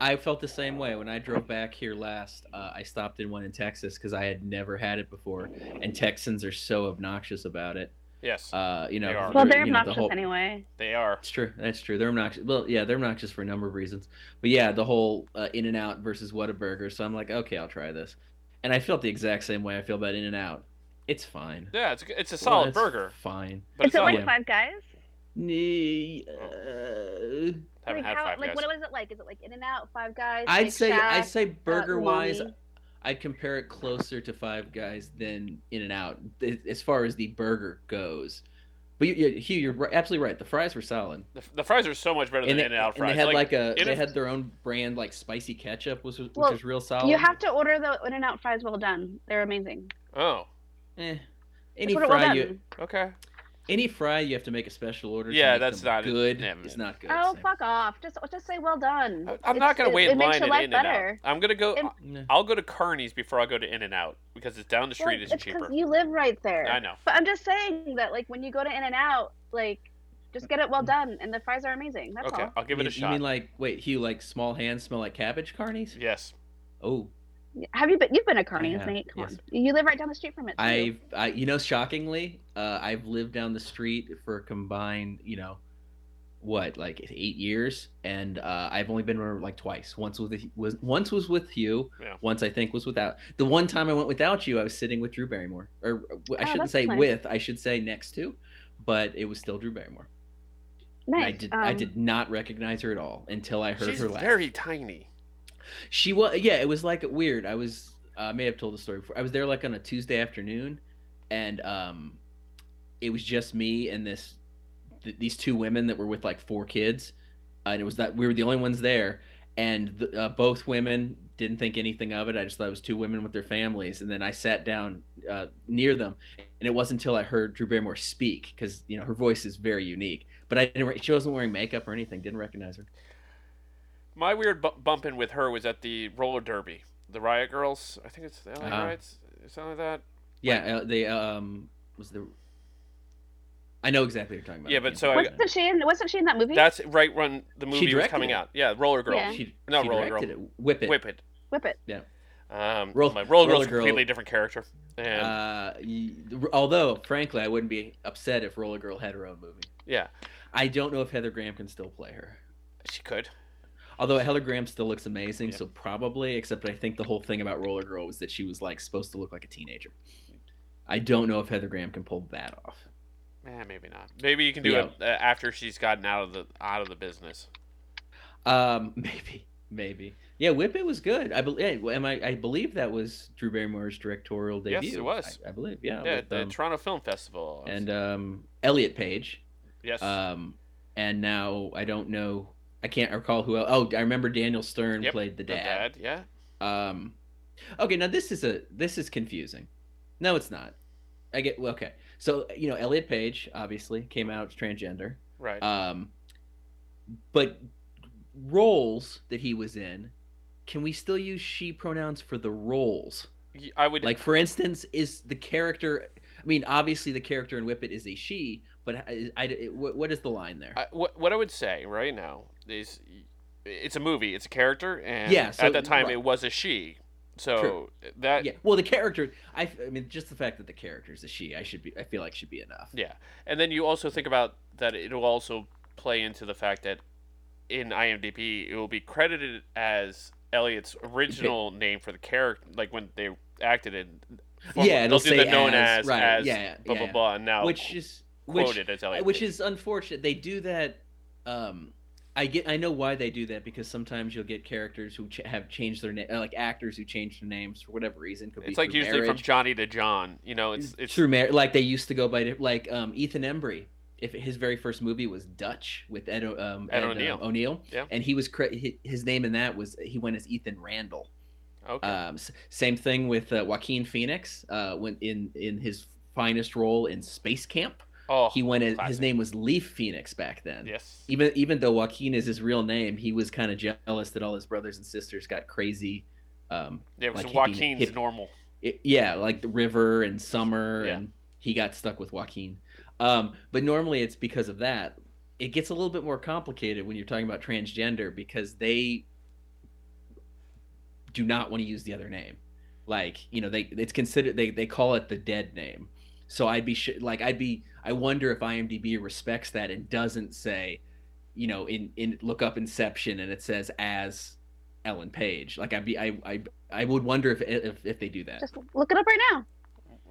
Speaker 3: I felt the same way when I drove back here last. Uh, I stopped in one in Texas because I had never had it before, and Texans are so obnoxious about it.
Speaker 1: Yes,
Speaker 3: Uh, you know,
Speaker 1: They are.
Speaker 2: Well, they're
Speaker 3: you know, the
Speaker 2: obnoxious
Speaker 3: whole-
Speaker 2: anyway.
Speaker 1: they are.
Speaker 3: It's true. That's true. They're obnoxious. Well, yeah, they're obnoxious for a number of reasons. But yeah, the whole uh, In and Out versus Whataburger. So I'm like, okay, I'll try this. And I felt the exact same way I feel about In and Out. It's fine.
Speaker 1: Yeah, it's a- it's a solid
Speaker 3: It's
Speaker 1: burger,
Speaker 3: Fine.
Speaker 1: but
Speaker 2: is
Speaker 1: it's
Speaker 2: it
Speaker 1: not
Speaker 2: like
Speaker 1: like
Speaker 2: Five Guys?
Speaker 3: Nee, uh,
Speaker 1: I haven't
Speaker 2: like
Speaker 1: had
Speaker 2: how,
Speaker 1: five
Speaker 2: like
Speaker 1: guys.
Speaker 2: what was it like? Is it like In and Out, Five Guys? uh,
Speaker 3: I'd
Speaker 2: Shake
Speaker 3: say
Speaker 2: Shack,
Speaker 3: I'd say burger wise,
Speaker 2: Umami?
Speaker 3: I'd compare it closer to Five Guys than In and Out as far as the burger goes. But you, you, Hugh, you're ri- absolutely right. The fries were solid.
Speaker 1: the, the fries are so much better than
Speaker 3: And they,
Speaker 1: In and Out
Speaker 3: and
Speaker 1: fries.
Speaker 3: they had like, a
Speaker 1: In-
Speaker 3: they had their own brand like spicy ketchup, which was which
Speaker 2: Well,
Speaker 3: was real solid.
Speaker 2: You have to order the In and Out fries well done. They're amazing.
Speaker 1: oh,
Speaker 3: Eh.
Speaker 2: Just
Speaker 3: Any
Speaker 2: order well
Speaker 3: fry
Speaker 2: done.
Speaker 3: you
Speaker 1: okay.
Speaker 3: any fry you have to make a special order. to
Speaker 1: Yeah,
Speaker 3: make
Speaker 1: that's
Speaker 3: them
Speaker 1: not-
Speaker 3: good.
Speaker 1: yeah,
Speaker 3: It's not good.
Speaker 2: oh
Speaker 3: so-
Speaker 2: fuck off! Just just say well done.
Speaker 1: I- I'm
Speaker 2: It's-
Speaker 1: not gonna
Speaker 2: it-
Speaker 1: wait
Speaker 2: it
Speaker 1: in line
Speaker 2: makes your
Speaker 1: at
Speaker 2: life
Speaker 1: In and Out.
Speaker 2: better.
Speaker 1: I'm gonna go.
Speaker 2: And-
Speaker 3: No.
Speaker 1: I'll go to Kearney's before I go to In and Out because it's down the
Speaker 2: Well,
Speaker 1: street. it's
Speaker 2: it's 'cause
Speaker 1: cheaper.
Speaker 2: you live right there.
Speaker 1: I know.
Speaker 2: But I'm just saying that like when you go to In and Out, like just get it well done, and the fries are amazing. That's
Speaker 1: Okay,
Speaker 2: all.
Speaker 1: I'll give it
Speaker 3: you,
Speaker 1: a
Speaker 3: You
Speaker 1: shot.
Speaker 3: mean like wait, Hugh, like small hands smell like cabbage carnies?
Speaker 1: Yes.
Speaker 3: Oh,
Speaker 2: Have you been? You've been a Carney's,
Speaker 3: have,
Speaker 2: Nate. Come
Speaker 3: yes.
Speaker 2: on. You live right down the street from it. too.
Speaker 3: I've I you know shockingly, uh, I've lived down the street for a combined you know, what like eight years, and uh, I've only been there like twice. Once with was once was with you.
Speaker 1: Yeah.
Speaker 3: Once I think was without. The one time I went without you, I was sitting with Drew Barrymore, or uh, I
Speaker 2: Oh,
Speaker 3: shouldn't
Speaker 2: that's
Speaker 3: say
Speaker 2: nice.
Speaker 3: with, I should say next to, but it was still Drew Barrymore. And
Speaker 2: nice.
Speaker 3: I did I
Speaker 2: um,
Speaker 3: did not recognize her at all until I heard
Speaker 1: She's
Speaker 3: her laugh.
Speaker 1: very tiny.
Speaker 3: She was yeah, it was like weird. I was uh, I may have told the story before. I was there like on a Tuesday afternoon, and um, it was just me and this th- these two women that were with like four kids, uh, and it was that we were the only ones there, and the, uh, both women didn't think anything of it. I just thought it was two women with their families, and then I sat down uh, near them, and it wasn't until I heard Drew Barrymore speak because you know her voice is very unique. But I didn't. re- She wasn't wearing makeup or anything. Didn't recognize her.
Speaker 1: My weird bu- bumping with her was at the roller derby, the Riot Girls. I think it's the LA
Speaker 3: Uh-huh.
Speaker 1: Riots, something like that.
Speaker 3: Yeah, uh, they um was the. I know exactly what you're talking about.
Speaker 1: Yeah, but so Oh, I-
Speaker 2: Wasn't she in? Wasn't she in that movie?
Speaker 1: That's right when the movie was
Speaker 3: directed
Speaker 1: coming
Speaker 3: it.
Speaker 1: out. Yeah, Roller Girl.
Speaker 2: Yeah.
Speaker 3: she,
Speaker 1: Not
Speaker 3: she
Speaker 1: Roller
Speaker 3: directed it. Whip it.
Speaker 1: Whip it.
Speaker 2: Whip it.
Speaker 1: Um,
Speaker 3: Roll-
Speaker 1: my Roller Girl's
Speaker 3: Roller
Speaker 1: a
Speaker 3: Girl-
Speaker 1: completely different character. And
Speaker 3: Uh, y- although, frankly, I wouldn't be upset if Roller Girl had her own movie.
Speaker 1: yeah,
Speaker 3: I don't know if Heather Graham can still play her.
Speaker 1: she could.
Speaker 3: Although Heather Graham still looks amazing,
Speaker 1: Yeah.
Speaker 3: so probably. Except I think the whole thing about Roller Girl was that she was like supposed to look like a teenager. I don't know if Heather Graham can pull that off.
Speaker 1: Eh, maybe not. Maybe you can do it uh, after she's gotten out of the out of the business.
Speaker 3: Um, maybe, maybe. Yeah, Whip It was good. I believe. Am I? I believe that was Drew Barrymore's directorial
Speaker 1: Yes,
Speaker 3: debut.
Speaker 1: it was.
Speaker 3: I, I believe. Yeah.
Speaker 1: yeah,
Speaker 3: with,
Speaker 1: the
Speaker 3: um,
Speaker 1: Toronto Film Festival.
Speaker 3: and um, Elliot Page.
Speaker 1: yes,
Speaker 3: Um, and now I don't know. I can't recall who. Else. Oh, I remember Daniel Stern
Speaker 1: Yep,
Speaker 3: played the
Speaker 1: the
Speaker 3: dad.
Speaker 1: dad. Yeah,
Speaker 3: Um, okay, now this is a this is confusing. No, it's not. I get well, okay. So you know, Elliot Page obviously came out as transgender.
Speaker 1: right.
Speaker 3: Um, but roles that he was in, can we still use she pronouns for the roles?
Speaker 1: Y- I would.
Speaker 3: Like, for instance, is the character? I mean, obviously, the character in Whippet is a she, but I, I, it- what, what is the line there?
Speaker 1: I, what what I would say right now is, y- it's a movie. It's a character, and
Speaker 3: Yeah, so-
Speaker 1: at that time
Speaker 3: right.
Speaker 1: it was a she. So
Speaker 3: True.
Speaker 1: that
Speaker 3: yeah. Well, the character. I, I mean, just the fact that the character is a she, I should be. I feel like should be enough.
Speaker 1: Yeah. And then you also think about that it'll also play into the fact that in IMDb it will be credited as Elliot's original name for the character, like when they acted in.
Speaker 3: Yeah, it'll
Speaker 1: they'll do the
Speaker 3: say
Speaker 1: known
Speaker 3: as,
Speaker 1: as,
Speaker 3: right,
Speaker 1: as
Speaker 3: yeah, yeah,
Speaker 1: blah
Speaker 3: yeah,
Speaker 1: blah
Speaker 3: yeah.
Speaker 1: blah, and now
Speaker 3: Which is which
Speaker 1: Oh, quoted as Elliot.
Speaker 3: which is unfortunate they do that um I get I know why they do that because sometimes you'll get characters who ch- have changed their name, like actors who changed their names for whatever reason. Could be
Speaker 1: It's like
Speaker 3: through
Speaker 1: usually from
Speaker 3: marriage,
Speaker 1: Johnny to John. You know, it's it's
Speaker 3: through marriage, like they used to go by di- like um, Ethan Embry. If his very first movie was Dutch with Ed, O- um,
Speaker 1: Ed
Speaker 3: Ed, uh,
Speaker 1: O'Neill.
Speaker 3: O'Neill,
Speaker 1: Yeah.
Speaker 3: and he was cre- hi- his name in that was he went as Ethan Randall.
Speaker 1: okay.
Speaker 3: Um, s- same thing with uh, Joaquin Phoenix uh, when in in his finest role in Space Camp.
Speaker 1: oh,
Speaker 3: He went as his
Speaker 1: classic.
Speaker 3: name was Leaf Phoenix back then
Speaker 1: yes.
Speaker 3: even even though Joaquin is his real name, he was kind of jealous that all his brothers and sisters got crazy. Um,
Speaker 1: Yeah, because
Speaker 3: like he being a
Speaker 1: Joaquin's
Speaker 3: hippie.
Speaker 1: normal.
Speaker 3: it- yeah, like the River and Summer,
Speaker 1: Yeah.
Speaker 3: and he got stuck with Joaquin. Um, but normally it's because of that. It gets a little bit more complicated when you're talking about transgender because they do not want to use the other name. Like you know, they it's considered they they call it the dead name. So I'd be sh- like I'd be I wonder if IMDb respects that and doesn't say, you know, in in look up Inception and it says as Ellen Page. Like I'd be I I, I would wonder if if if they do that.
Speaker 2: Just look it up right now.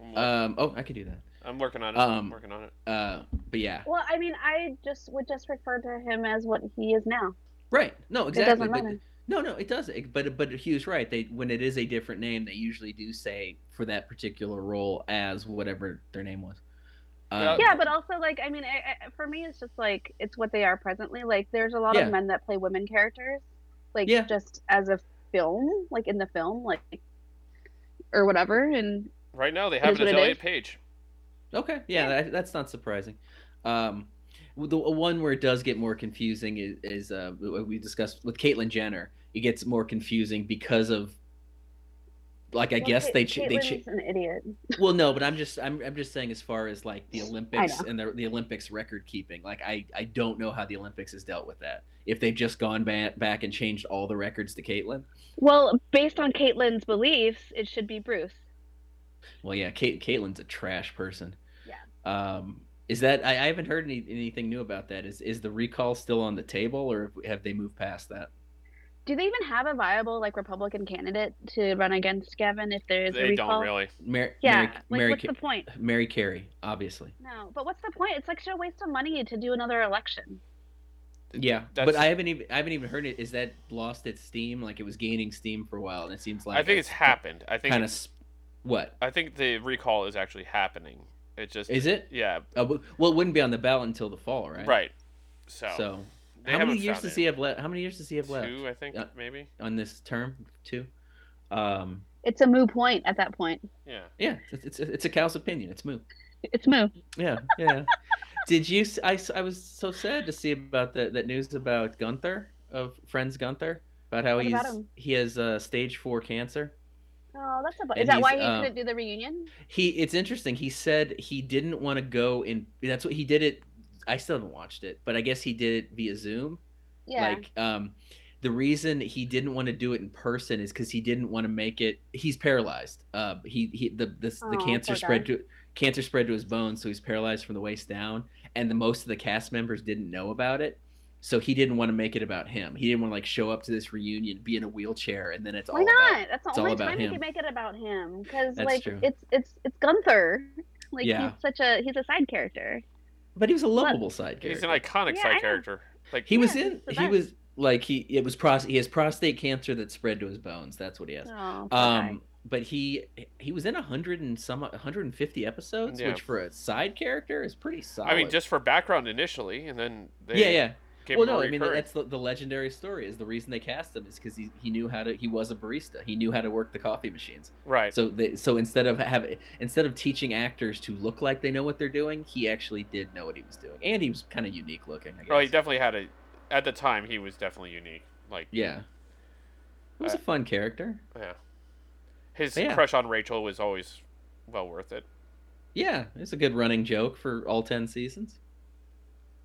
Speaker 1: I'm wor-
Speaker 3: Um, oh, I could do that.
Speaker 1: I'm working on it. I'm
Speaker 3: um,
Speaker 1: working on it.
Speaker 3: Uh, but yeah,
Speaker 2: Well, I mean, I just would just refer to him as what he is now.
Speaker 3: right? No,
Speaker 2: It
Speaker 3: exactly.
Speaker 2: doesn't
Speaker 3: but-
Speaker 2: matter.
Speaker 3: no, no, it doesn't. But but Hugh's right. They when it is a different name, they usually do say for that particular role as whatever their name was. Um,
Speaker 2: Yeah, but also like I mean, I, I, for me, it's just like it's what they are presently. Like, there's a lot
Speaker 3: Yeah.
Speaker 2: of men that play women characters, like
Speaker 3: Yeah.
Speaker 2: just as a film, like in the film, like or whatever. And
Speaker 1: Right now they
Speaker 2: it
Speaker 1: have
Speaker 2: is
Speaker 1: it as
Speaker 2: what it
Speaker 1: Elliot
Speaker 2: is.
Speaker 1: Page.
Speaker 3: Okay, yeah, That, that's not surprising. Um, w- the one where it does get more confusing is, is uh, what we discussed with Caitlyn Jenner. It gets more confusing because of, like, I guess they ch- they ch-
Speaker 2: Caitlin's an idiot.
Speaker 3: well, no, but I'm just I'm, I'm just saying as far as like the Olympics
Speaker 2: know.
Speaker 3: and the, the Olympics record keeping. Like, I I don't know how the Olympics has dealt with that. If they've just gone back back and changed all the records to Caitlyn.
Speaker 2: Well, based on Caitlin's beliefs, it should be Bruce.
Speaker 3: Well, yeah, Kate, Caitlyn's a trash person.
Speaker 2: Yeah.
Speaker 3: Um, is that I, I haven't heard any, anything new about that. Is is the recall still on the table, or have they moved past that?
Speaker 2: Do they even have a viable like Republican candidate to run against Gavin if there is a
Speaker 1: They
Speaker 2: recall?
Speaker 1: don't really.
Speaker 3: Mary,
Speaker 2: Yeah,
Speaker 3: Mary,
Speaker 2: like
Speaker 3: Mary,
Speaker 2: what's
Speaker 3: Ca-
Speaker 2: the point?
Speaker 3: Mary Carey, obviously.
Speaker 2: No, but what's the point? It's like such a waste of money to do another election.
Speaker 3: Yeah,
Speaker 1: That's-
Speaker 3: but I haven't even I haven't even heard it. Is that lost its steam? Like it was gaining steam for a while, and it seems like
Speaker 1: I think it's happened. I think
Speaker 3: Kind
Speaker 1: it's
Speaker 3: of what
Speaker 1: I think the recall is actually happening. It just
Speaker 3: is it?
Speaker 1: Yeah,
Speaker 3: Uh, w- well, it wouldn't be on the ballot until the fall, right?
Speaker 1: right. So,
Speaker 3: So,
Speaker 1: they
Speaker 3: how many
Speaker 1: haven't
Speaker 3: years
Speaker 1: found
Speaker 3: does
Speaker 1: it.
Speaker 3: he have left? How many years does he have left
Speaker 1: Two, I think,
Speaker 3: Yeah.
Speaker 1: maybe.
Speaker 3: on this term? Two. Um,
Speaker 2: It's a moo point at that point.
Speaker 1: Yeah.
Speaker 3: Yeah, it's it's, it's a cow's opinion. It's moo.
Speaker 2: It's moo.
Speaker 3: Yeah, yeah. Did you? s- I, s- I was so sad to see about that that news about Gunther of Friends Gunther about how
Speaker 2: What
Speaker 3: he's
Speaker 2: about him?
Speaker 3: he has uh, stage four cancer.
Speaker 2: Oh, that's a. bu-
Speaker 3: And
Speaker 2: Is that
Speaker 3: he's,
Speaker 2: why he
Speaker 3: uh,
Speaker 2: couldn't do the reunion?
Speaker 3: He it's interesting. He said he didn't want to go in. That's what he did it. I still haven't watched it, but I guess he did it via Zoom.
Speaker 2: Yeah.
Speaker 3: Like um, the reason he didn't want to do it in person is because he didn't want to make it. He's paralyzed. Uh, he he the the,
Speaker 2: Aw,
Speaker 3: the
Speaker 2: poor
Speaker 3: cancer
Speaker 2: guy.
Speaker 3: spread to cancer spread to his bones, so he's paralyzed from the waist down. And the most of the cast members didn't know about it, so he didn't want to make it about him. He didn't want to like show up to this reunion, be in a wheelchair, and then it's
Speaker 2: why
Speaker 3: all about-
Speaker 2: not? that's the
Speaker 3: it's all
Speaker 2: only
Speaker 3: about
Speaker 2: time you
Speaker 3: him.
Speaker 2: can make it about him because
Speaker 3: That's
Speaker 2: like
Speaker 3: true.
Speaker 2: it's it's it's Gunther. Like
Speaker 3: Yeah.
Speaker 2: he's such a he's a side character.
Speaker 3: But he was a lovable side character.
Speaker 1: He's an iconic
Speaker 2: Yeah, I know.
Speaker 1: side character. Like
Speaker 3: he was
Speaker 2: Yeah,
Speaker 3: in.
Speaker 2: he's the
Speaker 3: He
Speaker 2: best.
Speaker 3: was like he. It was pros. He has prostate cancer that spread to his bones. That's what he has.
Speaker 2: Oh, poor guy.
Speaker 3: Um, but he he was in a hundred and some, a hundred and fifty episodes,
Speaker 1: Yeah.
Speaker 3: which for a side character is pretty solid.
Speaker 1: I mean, just for background initially, and then they
Speaker 3: yeah, yeah.
Speaker 1: Gave
Speaker 3: well,
Speaker 1: him a
Speaker 3: no, I mean
Speaker 1: recurring.
Speaker 3: that's the, the legendary story. Is the reason they cast him is because he, he knew how to. He was a barista. He knew how to work the coffee machines.
Speaker 1: right.
Speaker 3: So they, so instead of have instead of teaching actors to look like they know what they're doing, he actually did know what he was doing, and he was kind of unique looking. I guess.
Speaker 1: Well, Oh, he definitely had a. At the time, he was definitely unique. Like,
Speaker 3: yeah. It was
Speaker 1: Uh,
Speaker 3: a fun character.
Speaker 1: yeah. His
Speaker 3: But yeah.
Speaker 1: crush on Rachel was always well worth it.
Speaker 3: Yeah, it's a good running joke for all ten seasons.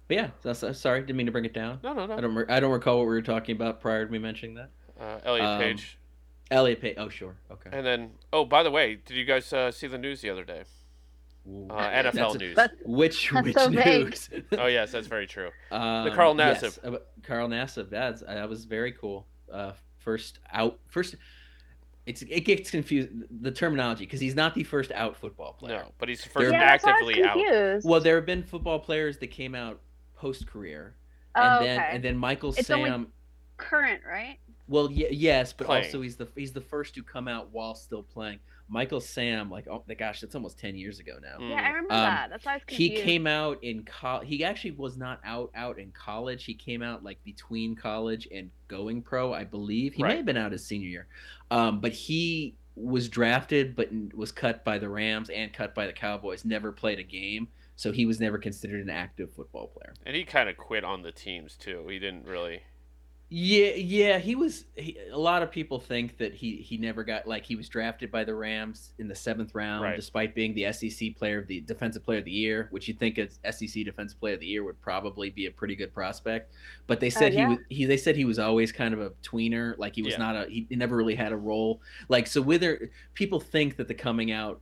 Speaker 3: But yeah, so- so- sorry, didn't mean to bring it down.
Speaker 1: No, no,
Speaker 3: I
Speaker 1: no.
Speaker 3: don't. Re- I don't recall what we were talking about prior to me mentioning that.
Speaker 1: Uh, Elliot
Speaker 3: Um,
Speaker 1: Page,
Speaker 3: Elliot Page. Oh, sure. Okay.
Speaker 1: and then oh, by the way, did you guys uh, see the news the other day?
Speaker 3: Ooh.
Speaker 1: Uh, NFL
Speaker 3: That's a-
Speaker 1: news.
Speaker 2: That's-
Speaker 3: Which
Speaker 2: That's
Speaker 3: which
Speaker 2: so vague.
Speaker 3: news?
Speaker 1: Oh yes, that's very true.
Speaker 3: Um,
Speaker 1: Carl
Speaker 3: yes,
Speaker 1: Nassib.
Speaker 3: uh, Carl Nassib. That's that was very cool. Uh, first out. First. It's it gets confused the terminology because he's not the first out football player.
Speaker 1: No, but he's the first
Speaker 2: yeah, that's why I was
Speaker 1: actively out.
Speaker 2: confused.
Speaker 3: Well, there have been football players that came out post career,
Speaker 2: Oh,
Speaker 3: and then
Speaker 2: okay.
Speaker 3: and then Michael
Speaker 2: It's
Speaker 3: Sam.
Speaker 2: only- Current, right?
Speaker 3: Well, ye- yes, but
Speaker 1: Playing.
Speaker 3: also he's the he's the first to come out while still playing. Michael Sam, like oh my gosh, that's almost ten years ago
Speaker 1: Mm. Hmm.
Speaker 3: now.
Speaker 2: Yeah, I remember
Speaker 3: Um,
Speaker 2: that. That's why I was
Speaker 3: He
Speaker 2: confused.
Speaker 3: came out in college. He actually was not out out in college. He came out like between college and going pro, I believe. He
Speaker 1: Right.
Speaker 3: may have been out his senior year, um, but he was drafted but n- was cut by the Rams and cut by the Cowboys. Never played a game, so he was never considered an active football player.
Speaker 1: And he kind of quit on the teams too. He didn't really.
Speaker 3: Yeah, yeah, he was. He, a lot of people think that he he never got like he was drafted by the Rams in the seventh round,
Speaker 1: Right.
Speaker 3: despite being the SEC player of the defensive player of the year, which you'd think as SEC defensive player of the year would probably be a pretty good prospect. But they said
Speaker 2: yeah.
Speaker 3: he was he they said he was always kind of a tweener, like he was
Speaker 1: Yeah.
Speaker 3: not a he, he never really had a role. Like so, whether people think that the coming out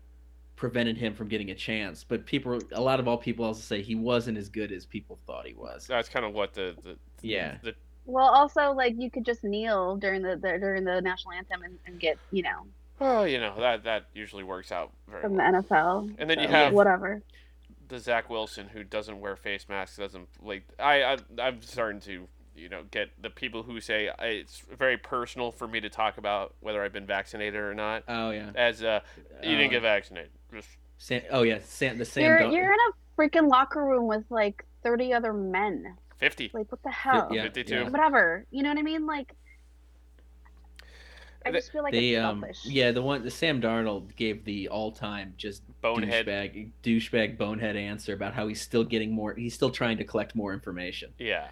Speaker 3: prevented him from getting a chance, but people a lot of all people also say he wasn't as good as people thought he was.
Speaker 1: That's kind of what the, the
Speaker 3: Yeah.
Speaker 1: the
Speaker 2: Well, also like you could just kneel during the, the during the national anthem and, and get you know
Speaker 1: well, oh, you know that that usually works out very
Speaker 2: from the
Speaker 1: well.
Speaker 2: NFL.
Speaker 1: And then you
Speaker 2: So,
Speaker 1: have-
Speaker 2: whatever.
Speaker 1: the Zach Wilson who doesn't wear face masks doesn't like I, I I'm starting to you know get the people who say I, it's very personal for me to talk about whether I've been vaccinated or not
Speaker 3: Oh yeah,
Speaker 1: as uh you
Speaker 3: Uh,
Speaker 1: didn't get vaccinated just
Speaker 3: Sam, oh yeah, Sam, the Sam.
Speaker 2: You're
Speaker 3: Don-
Speaker 2: you're in a freaking locker room with like 30 other men.
Speaker 1: 50
Speaker 2: Like what the hell?
Speaker 3: yeah,
Speaker 1: 52
Speaker 3: yeah.
Speaker 2: Whatever. You know what I mean? Like I
Speaker 1: They-
Speaker 2: just feel like
Speaker 3: they
Speaker 2: it's
Speaker 3: um
Speaker 2: selfish.
Speaker 3: yeah the one the Sam Darnold gave the all time just
Speaker 1: bonehead
Speaker 3: douchebag douchebag bonehead answer about how he's still getting more he's still trying to collect more information
Speaker 1: yeah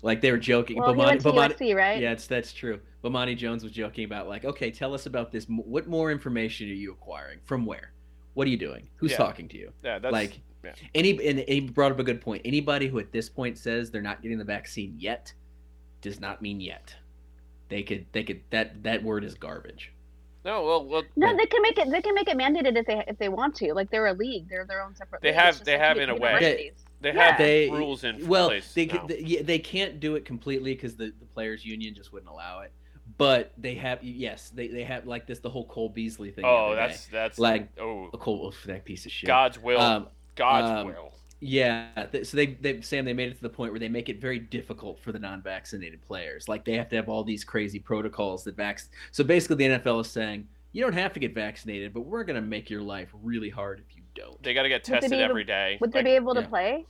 Speaker 3: like they were joking
Speaker 2: Well, he went
Speaker 3: Bomani,
Speaker 2: to
Speaker 3: Bomani,
Speaker 2: USC, right?
Speaker 3: yeah it's that's true Bomani Jones was joking about like okay tell us about this m- what more information are you acquiring from where what are you doing who's
Speaker 1: Yeah.
Speaker 3: talking to you
Speaker 1: yeah that's
Speaker 3: like
Speaker 1: yeah.
Speaker 3: any and he brought up a good point anybody who at this point says they're not getting the vaccine yet does not mean yet they could they could that that word is garbage
Speaker 1: no well, well
Speaker 2: No, they can make it. They can make it mandated if they if they want to. Like they're a league. They're their own separate.
Speaker 1: They
Speaker 2: league.
Speaker 1: have-
Speaker 2: It's just
Speaker 1: they
Speaker 2: like
Speaker 1: have
Speaker 2: the
Speaker 1: in a way.
Speaker 2: universities.
Speaker 1: they
Speaker 2: Yeah.
Speaker 1: have
Speaker 3: They-
Speaker 1: rules in
Speaker 3: well
Speaker 1: place
Speaker 3: they
Speaker 1: now.
Speaker 3: they, yeah, they can't do it completely because the, the players union just wouldn't allow it but they have yes they, they have like this the whole cole beasley thing
Speaker 1: oh
Speaker 3: the other
Speaker 1: that's
Speaker 3: day.
Speaker 1: that's
Speaker 3: Like,
Speaker 1: oh
Speaker 3: Oh, cole oof, that piece of shit
Speaker 1: God's will
Speaker 3: um
Speaker 1: God's
Speaker 3: um,
Speaker 1: will
Speaker 3: yeah th- so they, they sam they made it to the point where they make it very difficult for the non-vaccinated players like they have to have all these crazy protocols that vax so basically the nfl is saying you don't have to get vaccinated but we're going to make your life really hard if you don't
Speaker 1: they got to get
Speaker 2: Would they be
Speaker 1: tested
Speaker 2: able-
Speaker 1: every day
Speaker 2: Would
Speaker 1: like,
Speaker 2: they be able to
Speaker 3: yeah.
Speaker 2: play?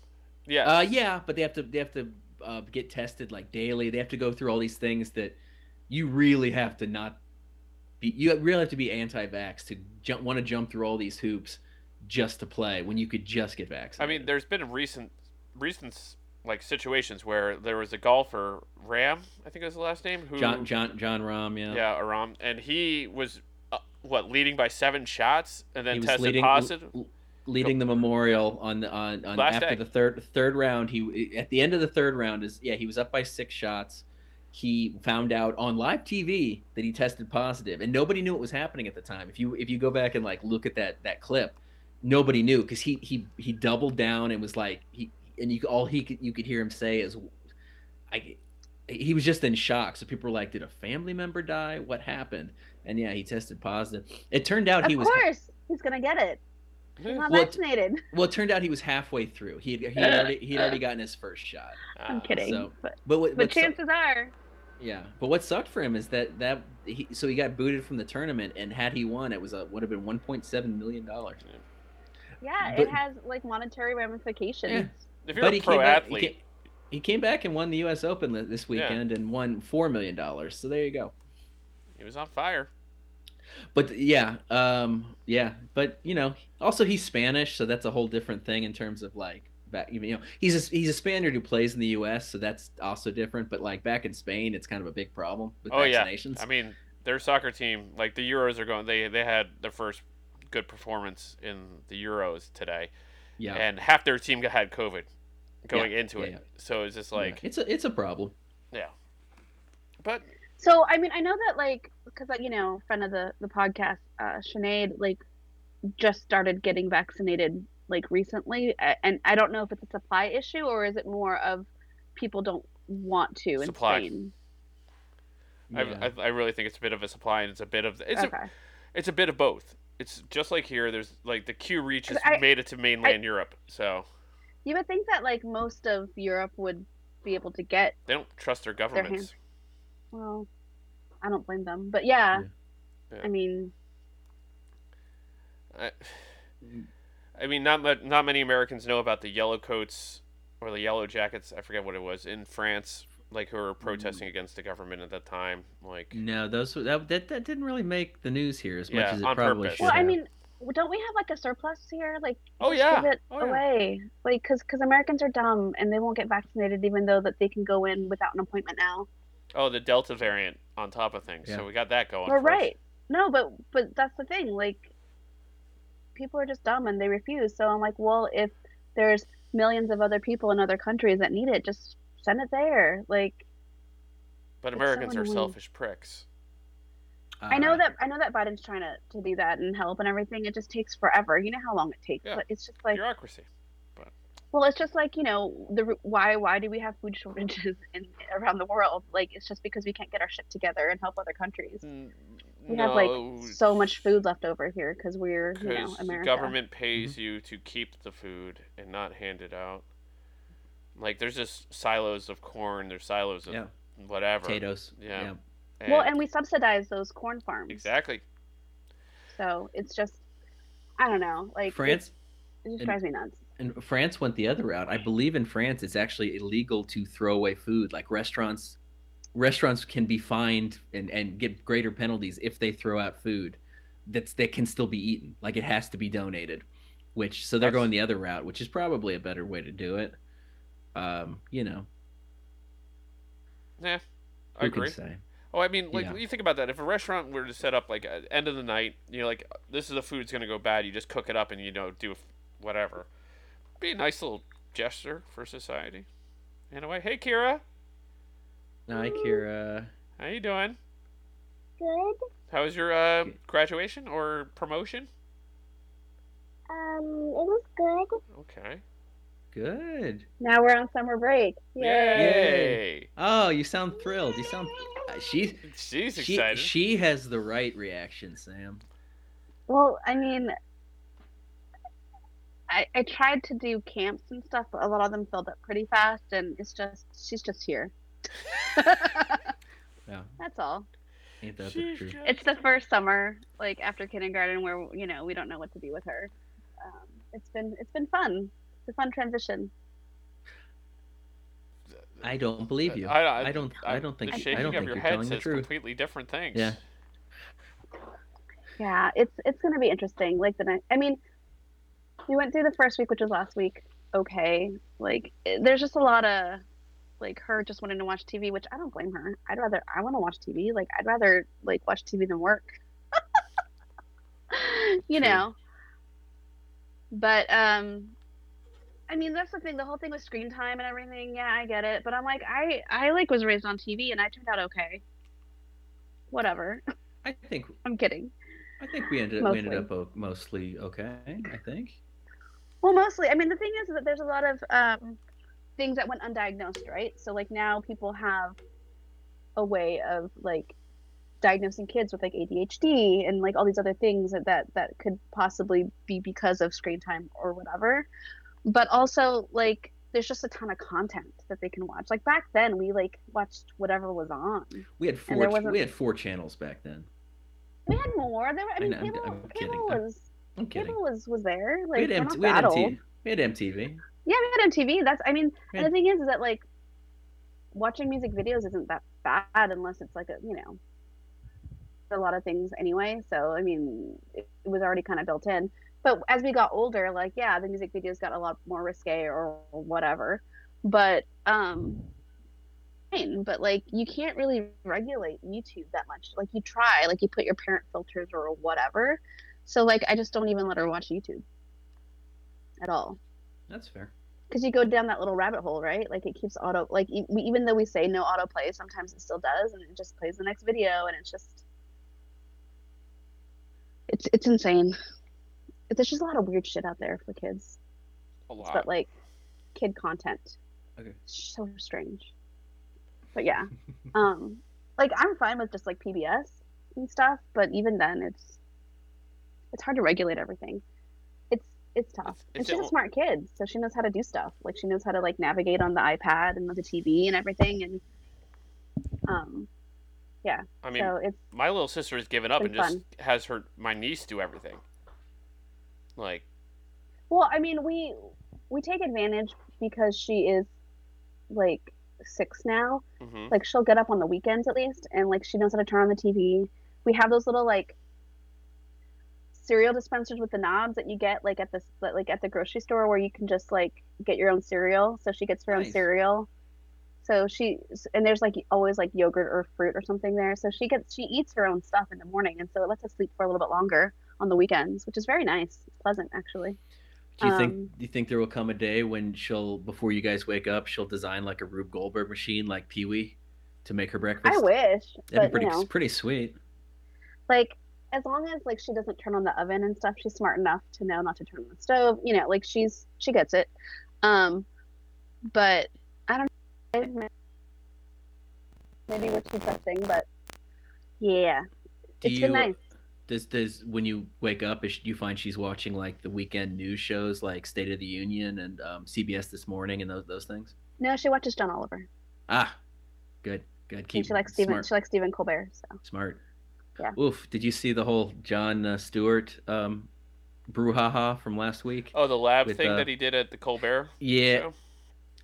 Speaker 1: yeah
Speaker 3: Uh, yeah, but they have to they have to uh, get tested like daily. They have to go through all these things that you really have to not be. You really have to be anti-vax to jump want to jump through all these hoops just to play when you could just get
Speaker 1: I
Speaker 3: vaccinated.
Speaker 1: mean, there's been recent, recent like situations where there was a golfer, Ram, I think is the last name, who
Speaker 3: John John John Rahm, yeah.
Speaker 1: yeah, Aram, and he was uh, what leading by seven shots and then
Speaker 3: he was
Speaker 1: tested
Speaker 3: leading
Speaker 1: positive.
Speaker 3: l- leading the memorial on the on, on
Speaker 1: Last
Speaker 3: after
Speaker 1: day.
Speaker 3: the third third round. He at the end of the third round is yeah he was up by six shots. He found out on live TV that he tested positive, and nobody knew what was happening at the time. If you if you go back and like look at that that clip, nobody knew because he he he doubled down and was like he and you all he could you could hear him say is, I. He was just in shock. So people were like, "Did a family member die? What happened?" And yeah, he tested positive. It turned out he
Speaker 2: of
Speaker 3: was
Speaker 2: course, he's gonna get it. He's not
Speaker 3: Well,
Speaker 2: vaccinated.
Speaker 3: well, it turned out he was halfway through. He had, he had already he had already gotten his first shot.
Speaker 2: I'm kidding,
Speaker 3: uh, so-
Speaker 2: but
Speaker 3: But what,
Speaker 2: but
Speaker 3: what su-
Speaker 2: chances are,
Speaker 3: yeah. But what sucked for him is that that he, so he got booted from the tournament, and had he won, it was a, would have been 1.7 million dollars.
Speaker 2: yeah,
Speaker 3: But-
Speaker 2: it has like monetary ramifications.
Speaker 1: If you're
Speaker 3: But
Speaker 1: a
Speaker 3: he
Speaker 1: pro
Speaker 3: came back. He
Speaker 1: athlete,
Speaker 3: came, he came back and won the U.S. Open li- this
Speaker 1: Yeah.
Speaker 3: weekend and won four million dollars. So there you go.
Speaker 1: he was on fire.
Speaker 3: But yeah, um, yeah. But you know, also he's Spanish, so that's a whole different thing in terms of like back. You know, he's a, he's a Spaniard who plays in the U.S., so that's also different. But like back in Spain, it's kind of a big problem with
Speaker 1: Oh, yeah.
Speaker 3: vaccinations.
Speaker 1: I mean, their soccer team, like the Euros are going. They they had their first good performance in the Euros today,
Speaker 3: yeah,
Speaker 1: and half their team got- had COVID going into
Speaker 3: yeah,
Speaker 1: it.
Speaker 3: yeah.
Speaker 1: So it's just
Speaker 3: Yeah.
Speaker 1: like,
Speaker 3: it's a it's a problem.
Speaker 1: but
Speaker 2: So I mean, I know that like because like, you know, friend of the the podcast, uh, Sinead, like just started getting vaccinated like recently, a- and I don't know if it's a supply issue or is it more of people don't want to in
Speaker 1: Supply.
Speaker 2: Spain.
Speaker 3: Yeah.
Speaker 1: I, I, I really think it's a bit of a supply and it's a bit of it's a,
Speaker 2: okay.
Speaker 1: It's a bit of both. It's just like here. There's like the Q reach has
Speaker 2: I-
Speaker 1: made it to mainland Europe. So
Speaker 2: You would think that like most of Europe would be able to get
Speaker 1: They don't trust their governments.
Speaker 2: well i don't blame them but yeah,
Speaker 3: Yeah.
Speaker 1: Yeah.
Speaker 2: i mean
Speaker 1: I, I mean, not mu- not many Americans know about the yellow coats or the yellow jackets. I forget what it was in France, like who
Speaker 2: Mm.
Speaker 1: were protesting against the government at that time. Like,
Speaker 3: No, those were- that, that that didn't really make the news here as much
Speaker 1: Yeah,
Speaker 3: as it
Speaker 1: on
Speaker 3: probably
Speaker 1: purpose.
Speaker 3: should.
Speaker 2: well i
Speaker 3: have.
Speaker 2: mean don't we have like a surplus here like
Speaker 1: oh
Speaker 2: give
Speaker 1: yeah,
Speaker 2: it
Speaker 1: oh, yeah.
Speaker 2: away like because because americans are dumb and they won't get vaccinated even though that they can go in without an appointment now
Speaker 1: Oh, the Delta variant on top of things.
Speaker 3: Yeah.
Speaker 1: So we got that going.
Speaker 2: Well,
Speaker 1: for us.
Speaker 2: right. No, but but that's the thing. Like, people are just dumb and they refuse. So I'm like, well, if there's millions of other people in other countries that need it, just send it there. Like,
Speaker 1: But
Speaker 2: It's so
Speaker 1: Americans are
Speaker 2: annoying.
Speaker 1: selfish pricks.
Speaker 2: I know
Speaker 3: Alright.
Speaker 2: that I know that Biden's trying to, to do that and help and everything. It just takes forever. You know how long it takes.
Speaker 1: Yeah.
Speaker 2: But it's just like,
Speaker 1: Bureaucracy.
Speaker 2: well, it's just like you know the r- why why do we have food shortages in around the world? Like, it's just because we can't get our shit together and help other countries.
Speaker 1: N-
Speaker 2: We
Speaker 1: no,
Speaker 2: have like so much food left over here because we're you know
Speaker 1: because the
Speaker 2: America.
Speaker 1: government pays
Speaker 3: Mm-hmm.
Speaker 1: you to keep the food and not hand it out. Like there's just silos of corn, there's silos of
Speaker 3: Yeah.
Speaker 1: whatever.
Speaker 3: potatoes.
Speaker 1: Yeah.
Speaker 3: yeah.
Speaker 1: And,
Speaker 2: Well, and we subsidize those corn farms.
Speaker 1: exactly.
Speaker 2: So it's just, I don't know. Like
Speaker 3: France
Speaker 2: it, it just
Speaker 3: and-
Speaker 2: drives me nuts.
Speaker 3: and France went the other route. I believe in France it's actually illegal to throw away food. Like restaurants restaurants can be fined and, and get greater penalties if they throw out food that's that can still be eaten. Like it has to be donated. Which so they're
Speaker 1: That's-
Speaker 3: going the other route, which is probably a better way to do it. Um, you know,
Speaker 1: Yeah. I
Speaker 3: who
Speaker 1: agree.
Speaker 3: can say?
Speaker 1: Oh, I mean, like
Speaker 3: Yeah.
Speaker 1: you think about that. If a restaurant were to set up like at end of the night, you know, like this is the food's gonna go bad. You just cook it up and you know do whatever. Be a nice little gesture for society. In a way, hey Kira,
Speaker 3: Hi, Kira.
Speaker 1: how you doing?
Speaker 4: Good.
Speaker 1: How was your uh, graduation or promotion?
Speaker 4: Um, it was good.
Speaker 1: Okay.
Speaker 3: Good.
Speaker 2: Now we're on summer break. Yeah.
Speaker 1: Yay!
Speaker 3: Oh, you sound thrilled. You sound uh, she's
Speaker 1: She's
Speaker 3: she,
Speaker 1: excited.
Speaker 3: she has the right reaction, Sam.
Speaker 2: Well, I mean, I I tried to do camps and stuff, but a lot of them filled up pretty fast, and it's just she's just here. That's
Speaker 3: Yeah,
Speaker 2: all.
Speaker 3: ain't that the
Speaker 1: She's
Speaker 3: truth?
Speaker 1: just-
Speaker 2: It's the first summer, like after kindergarten, where you know we don't know what to do with her. Um, it's been it's been fun. It's a fun transition.
Speaker 3: I don't believe you.
Speaker 1: I,
Speaker 3: I don't- I don't think-
Speaker 1: the
Speaker 3: I
Speaker 1: shaking
Speaker 3: don't
Speaker 1: of
Speaker 3: think
Speaker 1: your
Speaker 3: you're
Speaker 1: head
Speaker 3: telling the
Speaker 1: says
Speaker 3: truth.
Speaker 1: completely different things.
Speaker 3: Yeah.
Speaker 2: Yeah, it's it's gonna be interesting. Like the next, I mean, we went through the first week, which was last week. Okay, like it- there's just a lot of like her just wanting to watch TV, which I don't blame her. I'd rather I want to watch TV. Like I'd rather like watch TV than work. you
Speaker 3: True.
Speaker 2: know. But um, I mean that's the thing. The whole thing with screen time and everything. Yeah, I get it. But I'm like I I like was raised on TV and I turned out okay. Whatever.
Speaker 3: I think
Speaker 2: I'm kidding.
Speaker 3: I think we ended up we ended
Speaker 2: Mostly.
Speaker 3: up o- mostly okay. I think.
Speaker 2: Well, mostly. I mean, the thing is that there's a lot of um, things that went undiagnosed, right? So, like, now people have a way of, like, diagnosing kids with, like, ADHD and, like, all these other things that, that, that could possibly be because of screen time or whatever. But also, like, there's just a ton of content that they can watch. Like, back then, we, like, watched whatever was on.
Speaker 3: We had
Speaker 2: there
Speaker 3: four
Speaker 2: wasn't-
Speaker 3: we had four channels back then.
Speaker 2: We had more. There were, I mean,
Speaker 3: know, I'm-
Speaker 2: cable,
Speaker 3: I'm kidding.
Speaker 2: cable,
Speaker 3: I'm
Speaker 2: was,
Speaker 3: I'm kidding.
Speaker 2: cable was, was there. Like,
Speaker 3: we
Speaker 2: we're
Speaker 3: had MT,
Speaker 2: not
Speaker 3: we had
Speaker 2: that old.
Speaker 3: MTV. We had MTV.
Speaker 2: Yeah, we had MTV. That's I mean, and
Speaker 3: Yeah.
Speaker 2: the thing is, is that like watching music videos isn't that bad unless it's like a you know a lot of things anyway. So I mean, it, it was already kind of built in. But as we got older, like yeah, the music videos got a lot more risque or whatever. But um, fine. But like you can't really regulate YouTube that much. Like you try, like you put your parent filters or whatever. So like I just don't even let her watch YouTube at all
Speaker 3: That's fair.
Speaker 2: because you go down that little rabbit hole, right? Like it keeps auto, like e- we, even though we say no autoplay, sometimes it still does, and it just plays the next video, and it's just, it's it's insane. It- There's just a lot of weird shit out there for kids,
Speaker 1: a lot.
Speaker 2: but like kid content,
Speaker 3: Okay.
Speaker 2: so strange. But yeah, um, like I'm fine with just like PBS and stuff, but even then, it's it's hard to regulate everything. It's it's tough.
Speaker 1: It's-
Speaker 2: and
Speaker 1: it's
Speaker 2: she's
Speaker 1: the
Speaker 2: a
Speaker 1: o-
Speaker 2: smart kid, so she knows how to do stuff. Like she knows how to like navigate on the iPad and with the TV and everything. And um,
Speaker 1: I mean,
Speaker 2: so it's
Speaker 1: my little sister has given up
Speaker 2: Been
Speaker 1: and just has her my niece do everything. Like,
Speaker 2: Well, I mean, we we take advantage because she is like six now.
Speaker 1: hmm
Speaker 2: Like she'll get up on the weekends at least, and like she knows how to turn on the TV. We have those little like cereal dispensers with the knobs that you get like at the that, like at the grocery store where you can just like get your own cereal. So she gets her own
Speaker 3: Nice.
Speaker 2: cereal. So she and there's like always like yogurt or fruit or something there. So she gets she eats her own stuff in the morning, and so it lets us sleep for a little bit longer on the weekends, which is very nice, pleasant actually.
Speaker 3: Do you think
Speaker 2: Um,
Speaker 3: do you think there will come a day when she'll before you guys wake up she'll design like a Rube Goldberg machine like Pee Wee to make her breakfast?
Speaker 2: I wish, but
Speaker 3: That'd be pretty
Speaker 2: you know,
Speaker 3: pretty sweet.
Speaker 2: like as long as like she doesn't turn on the oven and stuff, she's smart enough to know not to turn on the stove. You know, like she's she gets it. Um, but I don't know. Maybe we're too touching, but yeah,
Speaker 3: Do
Speaker 2: it's
Speaker 3: you
Speaker 2: been nice.
Speaker 3: does does when you wake up is you find she's watching like the weekend news shows like State of the Union and um, CBS This Morning and those those things?
Speaker 2: No, she watches John Oliver.
Speaker 3: Ah, good good. Keep
Speaker 2: and she likes Stephen.
Speaker 3: smart.
Speaker 2: She likes Stephen Colbert. So
Speaker 3: Smart.
Speaker 2: Yeah.
Speaker 3: Oof! Did you see the whole John uh, Stewart um, brouhaha from last week?
Speaker 1: oh, the lab
Speaker 3: With,
Speaker 1: thing
Speaker 3: uh,
Speaker 1: that he did at the Colbert.
Speaker 3: yeah,
Speaker 1: show?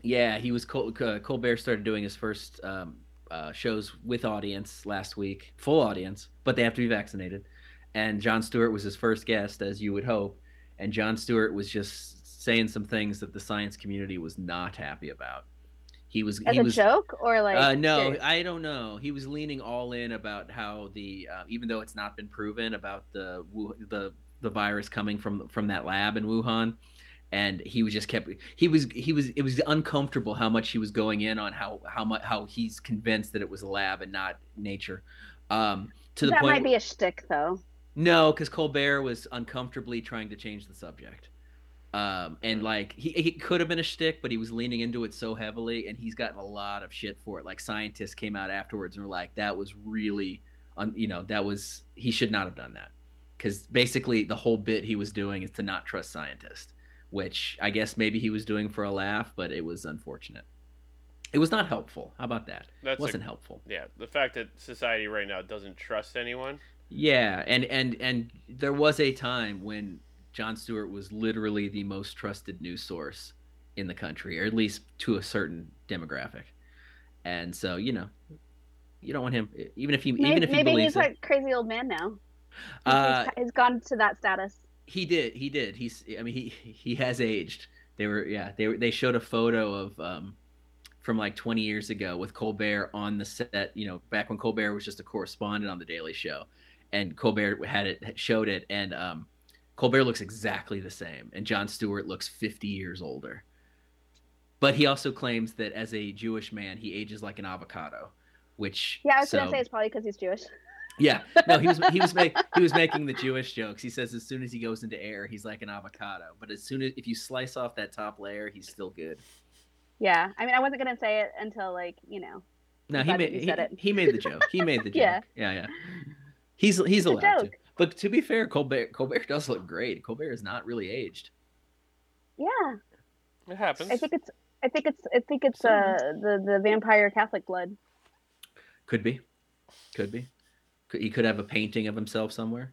Speaker 3: yeah. He was Col- uh, Colbert started doing his first um, uh, shows with audience last week, full audience, but they have to be vaccinated. And John Stewart was his first guest, as you would hope. And John Stewart was just saying some things that the science community was not happy about. He was
Speaker 2: as
Speaker 3: he
Speaker 2: a
Speaker 3: was
Speaker 2: joke or like
Speaker 3: uh, no,
Speaker 2: serious?
Speaker 3: I don't know. He was leaning all in about how the uh, even though it's not been proven about the Wu- the the virus coming from from that lab in Wuhan, and he was just kept he was he was it was uncomfortable how much he was going in on how how much how he's convinced that it was a lab and not nature. Um, to the
Speaker 2: that
Speaker 3: point
Speaker 2: might be a shtick though.
Speaker 3: no, because Colbert was uncomfortably trying to change the subject. Um,
Speaker 1: Hmm.
Speaker 3: and like he, he could have been a shtick, but he was leaning into it so heavily, and he's gotten a lot of shit for it. Like scientists came out afterwards and were like, "That was really, un- you know, that was he should not have done that," because basically the whole bit he was doing is to not trust scientists, which I guess maybe he was doing for a laugh, but it was unfortunate. It was not helpful. How about that?
Speaker 1: That's
Speaker 3: It
Speaker 1: a
Speaker 3: wasn't helpful.
Speaker 1: Yeah, the fact that society right now doesn't trust anyone.
Speaker 3: Yeah, and and and there was a time when John Stewart was literally the most trusted news source in the country, or at least to a certain demographic. And so, you know, you don't want him, even if he, even
Speaker 2: Maybe,
Speaker 3: if he
Speaker 2: maybe
Speaker 3: believes
Speaker 2: he's
Speaker 3: it.
Speaker 2: like crazy old man now. He's-
Speaker 3: uh,
Speaker 2: he's, he's gone to that status.
Speaker 3: he did, he did. He's, I mean, he he has aged. They were, yeah, they were. They showed a photo of um, from like 20 years ago with Colbert on the set, you know, back when Colbert was just a correspondent on the Daily Show and Colbert had it had showed it and um Colbert looks exactly the same and John Stewart looks 50 years older. But he also claims that as a Jewish man, he ages like an avocado, which
Speaker 2: Yeah, I was gonna
Speaker 3: so-
Speaker 2: say it's probably because he's Jewish.
Speaker 3: yeah, no, he was he was make, he was making the Jewish jokes. He says as soon as he goes into air, he's like an avocado. But as soon as if you slice off that top layer, he's still good.
Speaker 2: Yeah, I mean, I wasn't gonna say it until like you know.
Speaker 3: No, he
Speaker 2: Glad that
Speaker 3: made
Speaker 2: you
Speaker 3: he,
Speaker 2: said it.
Speaker 3: he made the joke. He made the joke.
Speaker 2: Yeah.
Speaker 3: yeah. yeah, He's he's
Speaker 2: a
Speaker 3: allowed to.
Speaker 2: joke.
Speaker 3: But to be fair, Colbert Colbert does look great. Colbert is not really aged.
Speaker 2: Yeah,
Speaker 1: It happens.
Speaker 2: I think it's, I think it's, I think it's uh the the vampire Catholic blood.
Speaker 3: Could be, could be. Could, he could have a painting of himself somewhere.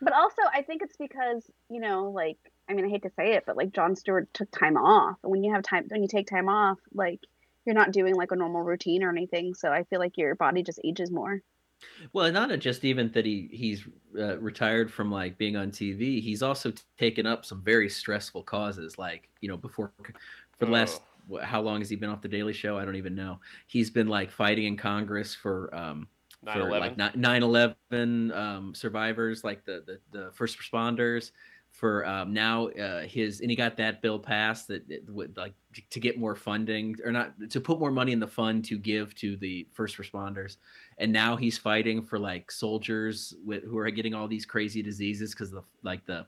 Speaker 2: But also, I think it's because you know, like, I mean, I hate to say it, but like John Stewart took time off, and when you have time, when you take time off, like you're not doing like a normal routine or anything, so I feel like your body just ages more.
Speaker 3: Well, and not just even that he he's uh, retired from like being on TV. He's also t- taken up some very stressful causes, like you know, before for the last
Speaker 1: Oh.
Speaker 3: wh- how long has he been off the Daily Show? I don't even know. He's been like fighting in Congress for um,
Speaker 1: 9
Speaker 3: for
Speaker 1: 11.
Speaker 3: like ni- 9/11 um, survivors, like the, the the first responders. For um, now, uh, his and he got that bill passed that it would like t- to get more funding or not to put more money in the fund to give to the first responders, and now he's fighting for like soldiers with who are getting all these crazy diseases because the like the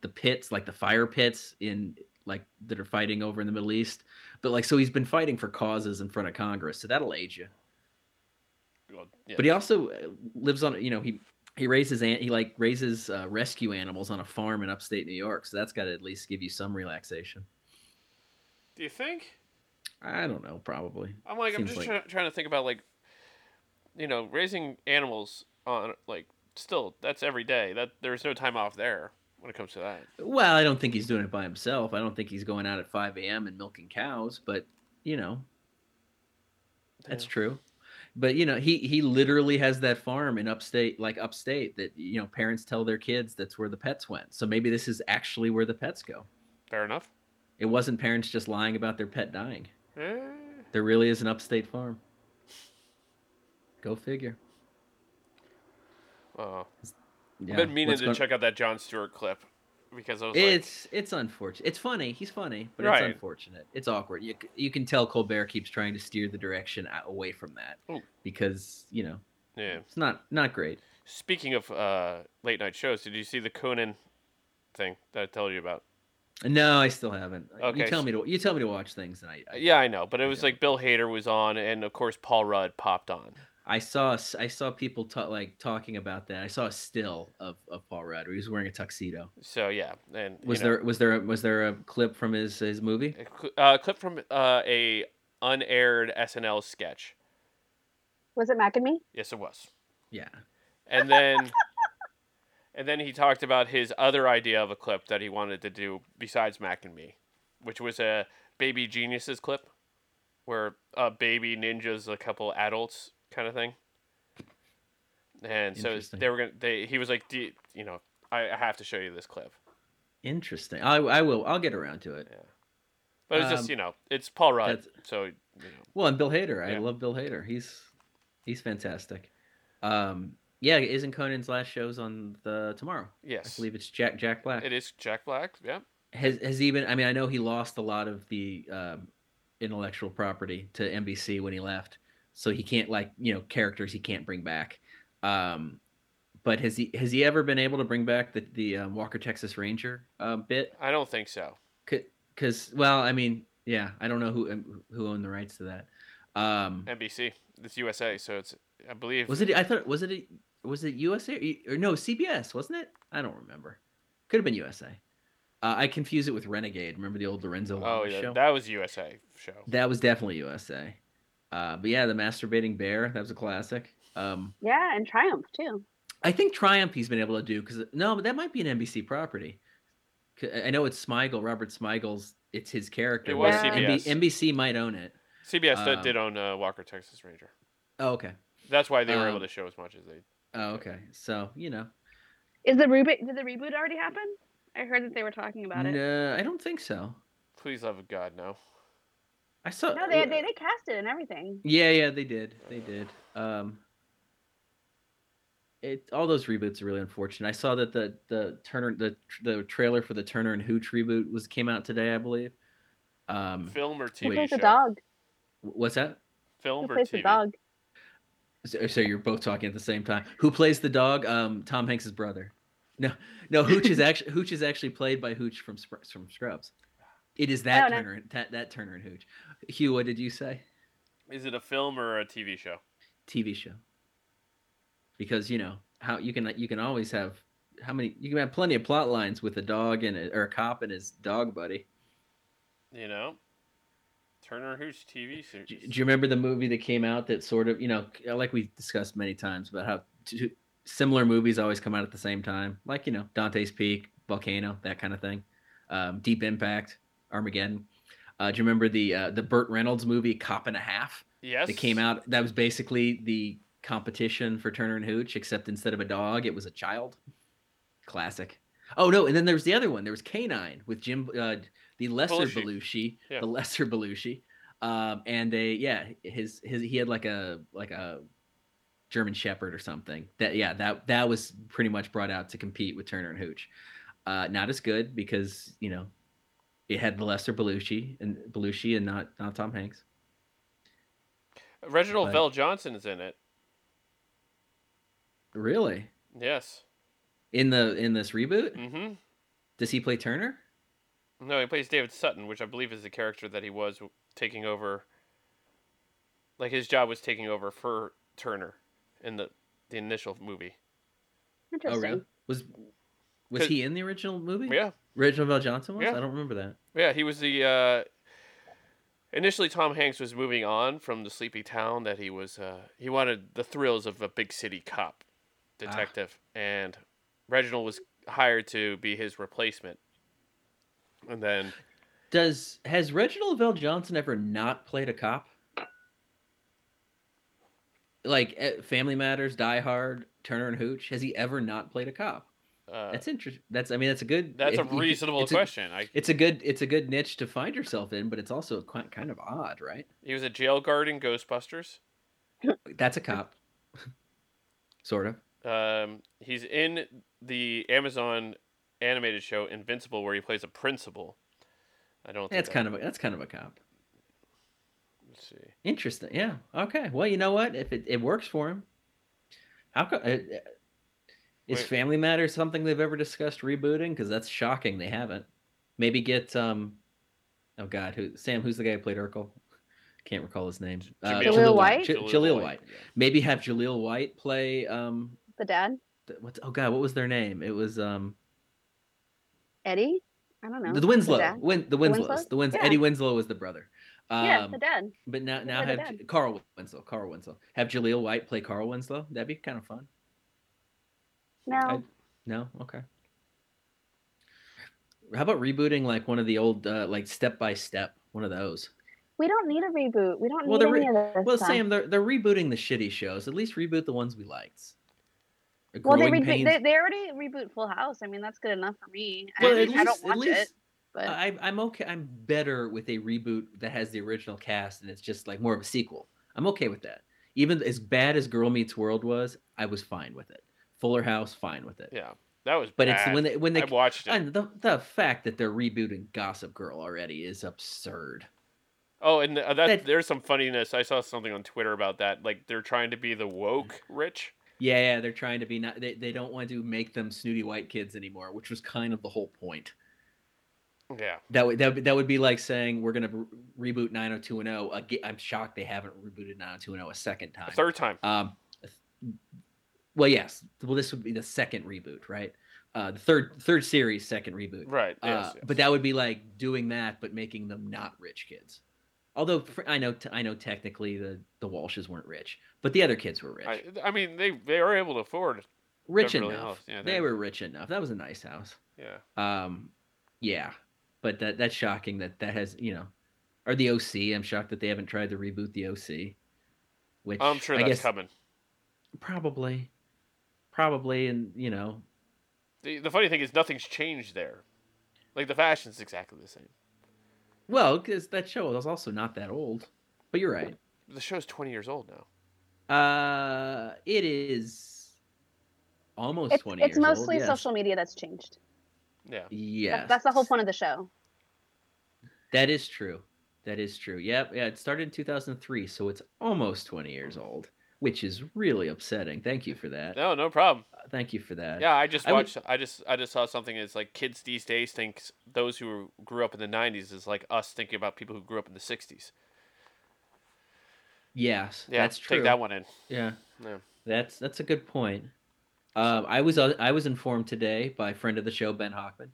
Speaker 3: the pits like the fire pits in like that are fighting over in the Middle East, but like so he's been fighting for causes in front of Congress, so that'll age you
Speaker 1: Well, yeah.
Speaker 3: but he also uh, lives on you know he he raises an he like raises uh, rescue animals on a farm in upstate New York, so that's got to at least give you some relaxation.
Speaker 1: Do you think?
Speaker 3: I don't know, probably.
Speaker 1: I'm like, I'm
Speaker 3: Seems
Speaker 1: just
Speaker 3: like-
Speaker 1: try- trying to think about like, you know, raising animals on like still that's every day. That there's no time off there when it comes to that.
Speaker 3: Well, I don't think he's doing it by himself. I don't think he's going out at 5 a.m. and milking cows, but you know, that's
Speaker 1: Yeah.
Speaker 3: true. But you know, he he literally has that farm in upstate, like upstate, that you know parents tell their kids that's where the pets went. So maybe this is actually where the pets go.
Speaker 1: Fair enough.
Speaker 3: It wasn't parents just lying about their pet dying.
Speaker 1: Eh,
Speaker 3: There really is an upstate farm. Go figure.
Speaker 1: Oh,
Speaker 3: Yeah,
Speaker 1: I've been meaning
Speaker 3: what's
Speaker 1: to
Speaker 3: going-
Speaker 1: check out that John Stewart clip because I was
Speaker 3: It's it's unfortunate. It's funny. He's funny, but
Speaker 1: Right.
Speaker 3: it's unfortunate. It's awkward. You c- you can tell Colbert keeps trying to steer the direction a- away from that
Speaker 1: Oh.
Speaker 3: because you know
Speaker 1: like, yeah.
Speaker 3: it's not not great.
Speaker 1: Speaking of uh, late night shows, did you see the Conan thing that I told you about?
Speaker 3: No, I still haven't.
Speaker 1: Okay,
Speaker 3: You tell
Speaker 1: s-
Speaker 3: me to you tell me to watch things, and I I,
Speaker 1: Uh, Yeah, I know, but it was
Speaker 3: Yeah.
Speaker 1: like Bill Hader was on, and of course Paul Rudd popped on.
Speaker 3: I saw s- I saw people ta- like talking about that. I saw a still of, of Paul Rudd. Where he was wearing a tuxedo.
Speaker 1: So yeah, and you
Speaker 3: Was
Speaker 1: know,
Speaker 3: there was there a, was there a clip from his his movie?
Speaker 1: A cl- uh, clip from uh, a unaired SNL sketch.
Speaker 2: Was it Mac and me?
Speaker 1: Yes, it was.
Speaker 3: Yeah.
Speaker 1: And then, and then he talked about his other idea of a clip that he wanted to do besides Mac and Me, which was a Baby Geniuses clip, where a baby ninjas a couple adults kind of thing. And so
Speaker 3: Interesting.
Speaker 1: they were gonna. They he was like, do you, you know, I, I have to show you this clip.
Speaker 3: Interesting. I I will I'll get around to it.
Speaker 1: But it's just
Speaker 3: Um,
Speaker 1: you know, it's Paul Rudd, so you know,
Speaker 3: Well, and Bill Hader.
Speaker 1: Yeah.
Speaker 3: I love Bill Hader. He's he's fantastic. Um, yeah, isn't Conan's last shows on the tomorrow? I
Speaker 1: yes,
Speaker 3: believe it's Jack Jack Black.
Speaker 1: it is Jack Black. Yeah.
Speaker 3: Has has he been? I mean, I know he lost a lot of the um, intellectual property to NBC when he left, so he can't like you know characters he can't bring back. Um, but has he has he ever been able to bring back the the um, Walker Texas Ranger uh, bit?
Speaker 1: I don't think so.
Speaker 3: Because well, I mean, yeah, I don't know who um, who owned the rights to that. Um,
Speaker 1: NBC. It's USA, so it's I believe
Speaker 3: Was it? I thought was it? Was it USA E, or no CBS? Wasn't it? I don't remember. Could have been USA. Uh, I confuse it with Renegade. Remember the old Lorenzo
Speaker 1: Oh
Speaker 3: Lamas
Speaker 1: yeah,
Speaker 3: show? That...
Speaker 1: that was USA show.
Speaker 3: was definitely USA. Uh, but yeah, the masturbating bear. That was a classic. Um,
Speaker 2: Yeah, and Triumph too.
Speaker 3: I think Triumph he's been able to do because no, but that might be an NBC property. 'Cause I I know it's Smigel, Robert Smigel's. It's his character.
Speaker 1: It was
Speaker 3: but NB-
Speaker 1: CBS.
Speaker 3: NBC might own it.
Speaker 1: CBS did-
Speaker 3: Um,
Speaker 1: did own uh, Walker Texas Ranger.
Speaker 3: Oh okay.
Speaker 1: That's why they were able
Speaker 3: um,
Speaker 1: to show as much as they.
Speaker 3: Oh okay. So you know,
Speaker 2: Is the reboot? Did the reboot already happen? I heard that they were talking about it.
Speaker 3: no, I don't think so.
Speaker 1: Please love of God, no.
Speaker 3: I saw.
Speaker 2: No, they, they they cast it and everything.
Speaker 3: Yeah, yeah, they did. They did. Um it all those reboots are really unfortunate. I saw that the the Turner the the trailer for the Turner and Hooch reboot was came out today, I believe. Um
Speaker 1: Film or
Speaker 2: Who
Speaker 1: TV
Speaker 2: plays
Speaker 1: show?
Speaker 2: a dog?
Speaker 3: what's that?
Speaker 2: Who
Speaker 1: Film or
Speaker 2: plays
Speaker 1: TV?
Speaker 2: the dog?
Speaker 3: So, so you're both talking at the same time. Who plays the dog? Um Tom Hanks's brother. No. No, Hooch is actually Hooch is actually played by Hooch from Spr- from Scrubs. It is that
Speaker 2: don't know.
Speaker 3: Turner that, that Turner and Hooch. Hugh, what did you say?
Speaker 1: Is it a film or a TV show?
Speaker 3: TV show. Because you know how you can you can always have how many you can have plenty of plot lines with a dog and a, or a cop and his dog buddy.
Speaker 1: You know, Turner Hooch TV
Speaker 3: Do, do
Speaker 1: series.
Speaker 3: you remember the movie that came out that sort of you know like we discussed many times about how two, similar movies always come out at the same time, like you know Dante's Peak, Volcano, that kind of thing, um, Deep Impact, Armageddon. Uh, do you remember the uh, the Burt Reynolds movie Cop and a Half?
Speaker 1: yes.
Speaker 3: that came out that was basically the competition for Turner and Hooch, except instead of a dog, it was a child. Classic. Oh no, and then there was the other one. There was Canine with Jim, uh, the lesser
Speaker 1: Belushi.
Speaker 3: Belushi,
Speaker 1: Yeah.
Speaker 3: the lesser Belushi, um, and they yeah, his his he had like a like a German Shepherd or something. That yeah, that that was pretty much brought out to compete with Turner and Hooch. Uh, not as good because you know it had the lesser Belushi and Belushi and not not Tom Hanks.
Speaker 1: Reginald
Speaker 3: but-
Speaker 1: Vell Johnson is in it.
Speaker 3: Really.
Speaker 1: Yes.
Speaker 3: In the in this reboot,
Speaker 1: Mm-hmm.
Speaker 3: does he play Turner?
Speaker 1: No, he plays David Sutton, which I believe is the character that he was w- taking over. Like his job was taking over for Turner in the the initial movie.
Speaker 3: Oh,
Speaker 2: Interesting.
Speaker 3: really? Was was
Speaker 1: 'Cause-
Speaker 3: he in the original movie?
Speaker 1: Yeah,
Speaker 3: Reginald Val Johnson was.
Speaker 1: Yeah.
Speaker 3: I don't remember that.
Speaker 1: yeah. He was the. Uh, initially, Tom Hanks was moving on from the sleepy town that he was. Uh, he wanted the thrills of a big city cop, detective,
Speaker 3: Ah.
Speaker 1: and Reginald was hired to be his replacement. And then
Speaker 3: Does has Reginald Val Johnson ever not played a cop? Like eh, Family Matters, Die Hard, Turner and Hooch. Has he ever not played a cop?
Speaker 1: uh,
Speaker 3: That's interesting. That's I mean that's a good.
Speaker 1: that's a
Speaker 3: if you-
Speaker 1: reasonable
Speaker 3: it's a-
Speaker 1: question. I,
Speaker 3: it's a good it's a good niche to find yourself in, but it's also quite, kind of odd, right?
Speaker 1: he was a jail guard in Ghostbusters.
Speaker 3: That's a cop, sort of.
Speaker 1: Um, he's in the Amazon animated show Invincible, where he plays a principal. I don't. Think
Speaker 3: That's kind of a, that's kind of a cop.
Speaker 1: Let's see.
Speaker 3: Interesting. Yeah. Okay. Well, you know what? If it, it works for him, how come? Uh, uh,
Speaker 1: Wait.
Speaker 3: is Family Matters something they've ever discussed rebooting? Because that's shocking. They haven't. Maybe get um. Oh God, who Sam? Who's the guy who played Urkel? Can't recall his name.
Speaker 1: Jamil.
Speaker 2: Jaleel White?
Speaker 3: uh, J-
Speaker 1: Jaleel
Speaker 3: Jaleel
Speaker 1: White,
Speaker 3: White.
Speaker 1: yeah.
Speaker 3: Maybe have Jaleel White play um.
Speaker 2: The dad,
Speaker 3: th- What's oh God? What was their name? It was um.
Speaker 2: Eddie. I don't know.
Speaker 3: The Winslow.
Speaker 2: dad.
Speaker 3: Win, the Winslows.
Speaker 2: Winslows?
Speaker 3: The Wins.
Speaker 2: Yeah.
Speaker 3: Eddie Winslow was the brother. Um,
Speaker 2: yeah, the dad.
Speaker 3: But now, now
Speaker 2: play
Speaker 3: have
Speaker 2: the
Speaker 3: J- Carl Winslow, Carl Winslow, have Jaleel White play Carl Winslow. That'd be kind of fun.
Speaker 2: No,
Speaker 3: I- No, okay. How about rebooting like one of the old, uh, like step by step, one of those?
Speaker 2: we don't need a reboot. We don't
Speaker 3: Well,
Speaker 2: need
Speaker 3: the re-
Speaker 2: any of this.
Speaker 3: Well,
Speaker 2: stuff.
Speaker 3: Sam, they're they're rebooting the shitty shows. At least reboot the ones we liked. A
Speaker 2: Well, they,
Speaker 3: Growing
Speaker 2: re-
Speaker 3: Pains-
Speaker 2: they they already reboot Full House. I mean, that's good enough for me. I,
Speaker 3: Well,
Speaker 2: mean, I don't watch it, but
Speaker 3: I, I'm okay. I'm better with a reboot that has the original cast and it's just like more of a sequel. I'm okay with that. Even as bad as Girl Meets World was, I was fine with it. Fuller House, fine with it.
Speaker 1: Yeah, that was.
Speaker 3: But it's when
Speaker 1: bad.
Speaker 3: they when they
Speaker 1: I watched it.
Speaker 3: and the the fact that they're rebooting Gossip Girl already is absurd.
Speaker 1: oh, and uh, that,
Speaker 3: that-
Speaker 1: there's some funniness. I saw something on Twitter about that. Like they're trying to be the woke rich.
Speaker 3: Yeah, yeah, they're trying to be not. They, they don't want to make them snooty white kids anymore, which was kind of the whole point.
Speaker 1: Yeah.
Speaker 3: That would that, would- that would be like saying we're gonna re- reboot 90210. Again, I'm shocked they haven't rebooted 90210 a second time.
Speaker 1: A third time.
Speaker 3: Um, well, yes. Well, this would be the second reboot, right? Uh, the third third series, second reboot.
Speaker 1: Right. Yes,
Speaker 3: Uh,
Speaker 1: yes.
Speaker 3: But that would be like doing that, but making them not rich kids. Although fr- I know, t- I know technically the the Walshes weren't rich, but the other kids were rich,
Speaker 1: I, I mean, they they are able to afford. it.
Speaker 3: rich
Speaker 1: Beverly
Speaker 3: enough.
Speaker 1: Hills, yeah,
Speaker 3: they
Speaker 1: they-
Speaker 3: were rich enough. That was a nice house.
Speaker 1: Yeah.
Speaker 3: Um, yeah, but that that's shocking that that has you know, or the OC. I'm shocked that they haven't tried to reboot the OC. Which
Speaker 1: I'm sure
Speaker 3: I
Speaker 1: that's
Speaker 3: guess-
Speaker 1: coming.
Speaker 3: Probably, probably, and you know,
Speaker 1: The, the funny thing is, nothing's changed there. Like the fashion's exactly the same.
Speaker 3: well, because that show was also not that old. But you're right.
Speaker 1: The show's 20 years old now.
Speaker 3: Uh, it is almost
Speaker 2: it's,
Speaker 3: twenty.
Speaker 2: it's
Speaker 3: years old,
Speaker 2: mostly
Speaker 3: yes.
Speaker 2: social media that's changed.
Speaker 1: Yeah.
Speaker 2: That-
Speaker 3: Yes,
Speaker 2: that's the whole point of the show.
Speaker 3: That is true. That is true. Yep. Yeah, it started in 2003, so it's almost 20 years old, which is really upsetting. Thank you for that.
Speaker 1: No, no problem.
Speaker 3: Thank you for that.
Speaker 1: Yeah, I just
Speaker 3: I would-
Speaker 1: watched. I just I just saw something. It's like kids these days thinks those who grew up in the '90s is like us thinking about people who grew up in the '60s.
Speaker 3: Yes,
Speaker 1: Yeah,
Speaker 3: that's true.
Speaker 1: Take that one in.
Speaker 3: Yeah.
Speaker 1: Yeah.
Speaker 3: That's that's a good point. Um, I was I was informed today by a friend of the show Ben Hockman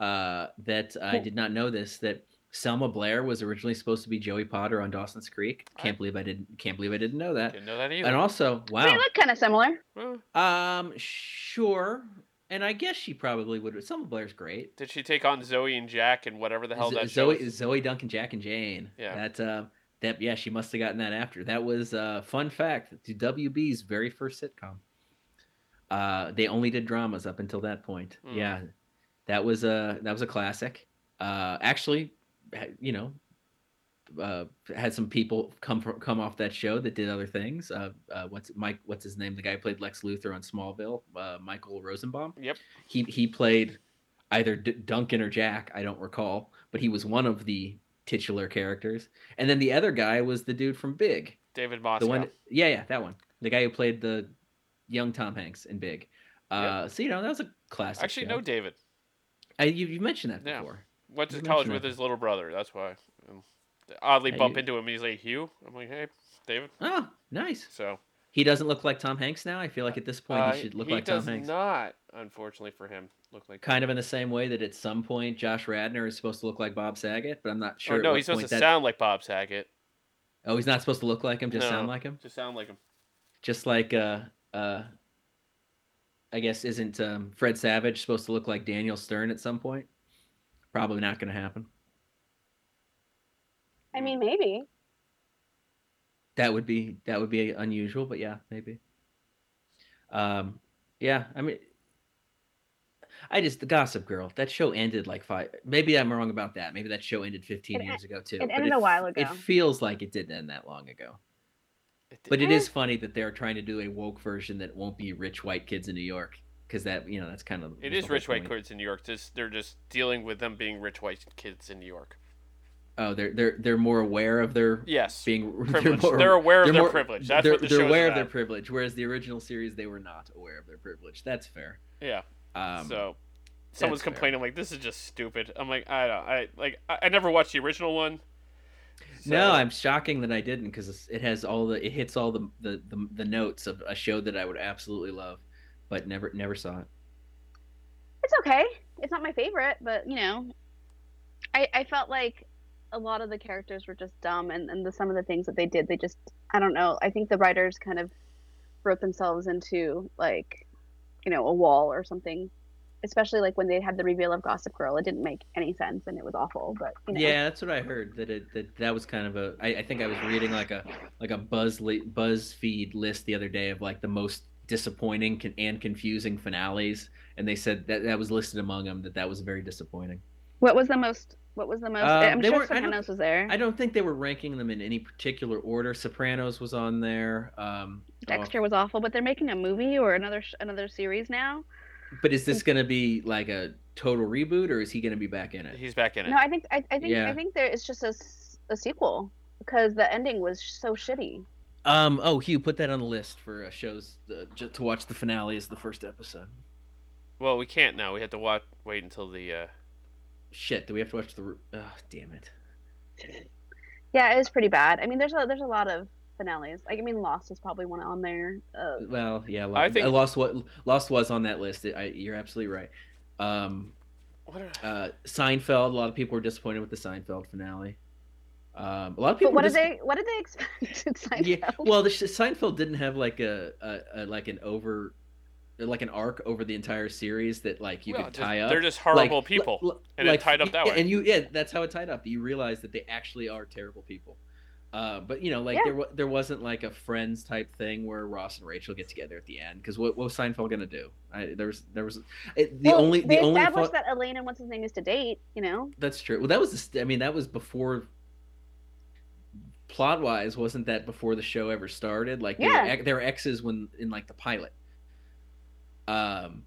Speaker 3: uh, that I
Speaker 2: Cool.
Speaker 3: did not know this that Selma Blair was originally supposed to be Joey Potter on Dawson's Creek.
Speaker 1: I-
Speaker 3: Can't believe I didn't can't believe I didn't know that.
Speaker 1: Didn't know that
Speaker 3: And
Speaker 1: either.
Speaker 3: also, wow.
Speaker 2: They look kind of similar.
Speaker 1: Well,
Speaker 3: Um, sure. And I guess she probably would. Selma Blair's great.
Speaker 1: did she take on Zoe and Jack and whatever the hell
Speaker 3: Z-
Speaker 1: that show?
Speaker 3: Zoe,
Speaker 1: Is?
Speaker 3: Zoe Duncan, Jack and Jane.
Speaker 1: Yeah.
Speaker 3: That, uh, that, yeah, she must have gotten that after. That was uh, fun fact to WB's very first sitcom. Uh, they only did dramas up until that point.
Speaker 1: Mm.
Speaker 3: Yeah, that was a that was a classic. Uh, actually, ha- you know, uh, had some people come from, come off that show that did other things. Uh, uh, what's Mike? What's his name? The guy who played Lex Luthor on Smallville, uh, Michael Rosenbaum.
Speaker 1: Yep.
Speaker 3: He he played either D- Duncan or Jack. I don't recall, but he was one of the titular characters. And then the other guy was the dude from Big,
Speaker 1: David Moscow.
Speaker 3: the one. Yeah, yeah, that one. The guy who played the young Tom Hanks in Big. Uh, So you know that was a classic.
Speaker 1: Actually,
Speaker 3: show.
Speaker 1: no, David
Speaker 3: I, you you mentioned that
Speaker 1: Yeah.
Speaker 3: before.
Speaker 1: went to
Speaker 3: Didn't
Speaker 1: college
Speaker 3: mention
Speaker 1: with
Speaker 3: that.
Speaker 1: his little brother. That's why. Um, Oddly
Speaker 3: Yeah,
Speaker 1: bump
Speaker 3: you-
Speaker 1: into him. He's like Hugh. I'm like, hey, David.
Speaker 3: Oh, nice.
Speaker 1: So
Speaker 3: He doesn't look like Tom Hanks now. I feel like at this point
Speaker 1: Uh,
Speaker 3: he should look
Speaker 1: he
Speaker 3: like Tom
Speaker 1: does
Speaker 3: Hanks.
Speaker 1: not, unfortunately for him, look like.
Speaker 3: Kind of in the same way that at some point Josh Radner is supposed to look like Bob Saget, but I'm not sure.
Speaker 1: oh
Speaker 3: at
Speaker 1: no,
Speaker 3: what
Speaker 1: he's supposed
Speaker 3: point
Speaker 1: to
Speaker 3: that-
Speaker 1: sound like Bob Saget.
Speaker 3: Oh, he's not supposed to look like him. Just
Speaker 1: No.
Speaker 3: sound like him.
Speaker 1: Just sound like him.
Speaker 3: Just like uh uh. I guess isn't um, Fred Savage supposed to look like Daniel Stern at some point? Probably not going to happen. Hmm.
Speaker 2: I mean, maybe.
Speaker 3: that would be that would be unusual but yeah maybe um yeah i mean i just the gossip girl that show ended like five maybe i'm wrong about that maybe that show ended 15
Speaker 2: It en-
Speaker 3: years ago too
Speaker 2: it
Speaker 3: but
Speaker 2: ended a while ago.
Speaker 3: it feels like it didn't end that long ago
Speaker 1: It
Speaker 3: but it
Speaker 2: Eh.
Speaker 1: did-
Speaker 3: is funny that they're trying to do a woke version that won't be rich white kids in new york because that you know that's kind of
Speaker 1: It
Speaker 3: was
Speaker 1: is
Speaker 3: the whole
Speaker 1: rich white
Speaker 3: point.
Speaker 1: kids in New York. Just they're just dealing with them being rich white kids in New York.
Speaker 3: oh they're they're they're more aware of their
Speaker 1: Yes,
Speaker 3: being they're,
Speaker 1: privilege.
Speaker 3: more,
Speaker 1: They're, aware of
Speaker 3: they're
Speaker 1: their
Speaker 3: more-
Speaker 1: privilege. That's
Speaker 3: they're,
Speaker 1: what the
Speaker 3: they're
Speaker 1: show
Speaker 3: aware
Speaker 1: is
Speaker 3: of their
Speaker 1: about.
Speaker 3: privilege whereas the original series they were not aware of their privilege that's fair
Speaker 1: yeah.
Speaker 3: um
Speaker 1: so someone's
Speaker 3: that's fair.
Speaker 1: complaining like this is just stupid. I'm like I don't. I like I, I never watched the original one.
Speaker 3: No,
Speaker 1: so-
Speaker 3: I'm shocking that I didn't because it has all the it hits all the, the the the notes of a show that I would absolutely love, but never never saw it.
Speaker 2: It's okay. It's not my favorite, but you know, I I felt like a lot of the characters were just dumb, and and the, some of the things that they did, they just I don't know. I think the writers kind of wrote themselves into like, you know, a wall or something. Especially like when they had the reveal of Gossip Girl, it didn't make any sense and it was awful. But you know,
Speaker 3: Yeah, that's what I heard. That it that that was kind of a. I, I think I was reading like a like a Buzz li- BuzzFeed list the other day of like the most disappointing con- and confusing finales, and they said that that was listed among them that that was very disappointing.
Speaker 2: what was the most? What was the most?
Speaker 3: Um,
Speaker 2: I'm
Speaker 3: they
Speaker 2: sure
Speaker 3: weren't- I don't-
Speaker 2: someone else was there.
Speaker 3: I don't think they were ranking them in any particular order. Sopranos was on there. Um, oh,
Speaker 2: Dexter was awful, but they're making a movie or another sh- another series now.
Speaker 3: But is this gonna be like a total reboot, or is he gonna be back in it?
Speaker 1: He's back in it.
Speaker 2: No, I think I, I think
Speaker 3: Yeah.
Speaker 2: I think there it's just a, s- a sequel because the ending was so shitty.
Speaker 3: Um. Oh, Hugh, put that on the list for uh, shows uh, ju- to watch. The finale is the first episode.
Speaker 1: Well, we can't now. We have to watch. Wait until the. Uh...
Speaker 3: Shit. Do we have to watch the? re- Oh, damn it.
Speaker 2: Yeah, it was pretty bad. I mean, there's a there's a lot of finales. Like, I mean, Lost is probably one on there. Uh,
Speaker 3: Well, yeah. Lo-
Speaker 1: I think-
Speaker 3: uh, Lost. What Lost was on that list. I, you're absolutely right. Um.
Speaker 1: What are...
Speaker 3: Uh. Seinfeld. A lot of people were disappointed with the Seinfeld finale. Um. A lot of people.
Speaker 2: but what did
Speaker 3: were dis-
Speaker 2: they what did they expect? in Seinfeld?
Speaker 3: Yeah. Well, the sh- Seinfeld didn't have like a, a, a like an over, like an arc over the entire series that like you
Speaker 1: Well,
Speaker 3: could
Speaker 1: just-
Speaker 3: tie up.
Speaker 1: They're just
Speaker 3: Like,
Speaker 1: horrible
Speaker 3: l-
Speaker 1: people.
Speaker 3: l-
Speaker 1: and it tied up that
Speaker 3: yeah,
Speaker 1: way.
Speaker 3: And you, yeah, that's how it tied up. You realize that they actually are terrible people. Uh, but you know, like
Speaker 2: Yeah.
Speaker 3: there, wa- there wasn't like a Friends type thing where Ross and Rachel get together at the end. Because what, what was Seinfeld gonna do? I, there was, there was it, the
Speaker 2: Well,
Speaker 3: only,
Speaker 2: they
Speaker 3: the only.
Speaker 2: established
Speaker 3: thought-
Speaker 2: that Elaine and what's his name is to date. You know,
Speaker 3: That's true. Well, that was, the st- I mean, that was before. Plot wise, wasn't that before the show ever started? Like,
Speaker 2: Yeah.
Speaker 3: they, were, ex- they were exes when in like the pilot. Um,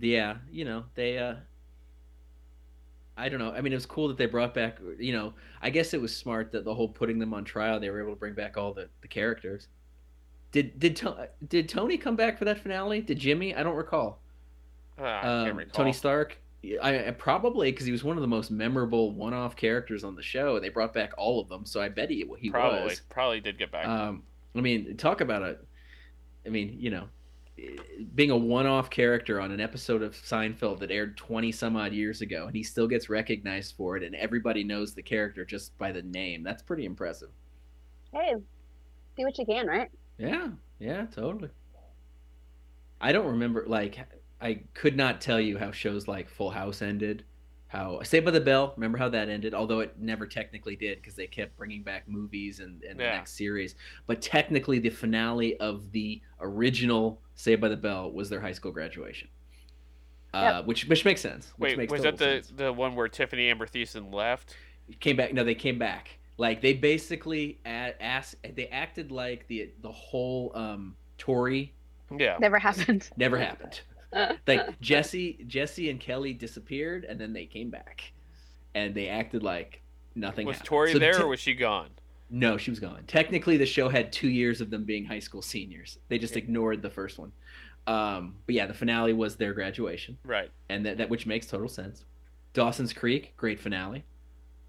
Speaker 3: yeah, you know they. uh I don't know. I mean, it was cool that they brought back. You know, I guess it was smart that the whole putting them on trial, they were able to bring back all the the characters. Did did to- did Tony come back for that finale? Did Jimmy? I don't recall.
Speaker 1: Ah, I can't
Speaker 3: Um,
Speaker 1: recall.
Speaker 3: Tony Stark. I, I probably because he was one of the most memorable one-off characters on the show. They brought back all of them, so I bet he he
Speaker 1: probably
Speaker 3: was.
Speaker 1: probably did get back.
Speaker 3: Um, I mean, talk about a. I mean, you know, being a one-off character on an episode of Seinfeld that aired twenty some odd years ago, and he still gets recognized for it, and everybody knows the character just by the name. That's pretty impressive.
Speaker 2: hey, do what you can, right?
Speaker 3: Yeah, yeah, totally. I don't remember like I could not tell you how shows like Full House ended, how Saved by the Bell, remember how that ended, although it never technically did because they kept bringing back movies and, and
Speaker 1: Yeah.
Speaker 3: the next series. But technically the finale of the original Saved by the Bell was their high school graduation. Uh, which which makes sense. Which
Speaker 1: Wait,
Speaker 3: makes
Speaker 1: was that
Speaker 3: total
Speaker 1: the,
Speaker 3: sense
Speaker 1: the one where Tiffany Amber Thiessen left?
Speaker 3: came back no they came back like they basically a- asked they acted like the the whole um tory
Speaker 1: Yeah.
Speaker 2: Never happened.
Speaker 3: Oh. never happened Uh, like jesse jesse and kelly disappeared and then they came back and they acted like nothing
Speaker 1: Was
Speaker 3: happened.
Speaker 1: Tori
Speaker 3: So
Speaker 1: there
Speaker 3: te-
Speaker 1: or was she gone?
Speaker 3: no she was gone technically the show had two years of them being high school seniors they just
Speaker 1: Yeah.
Speaker 3: ignored the first one um but yeah the finale was their graduation
Speaker 1: Right.
Speaker 3: and that, that which makes total sense dawson's creek great finale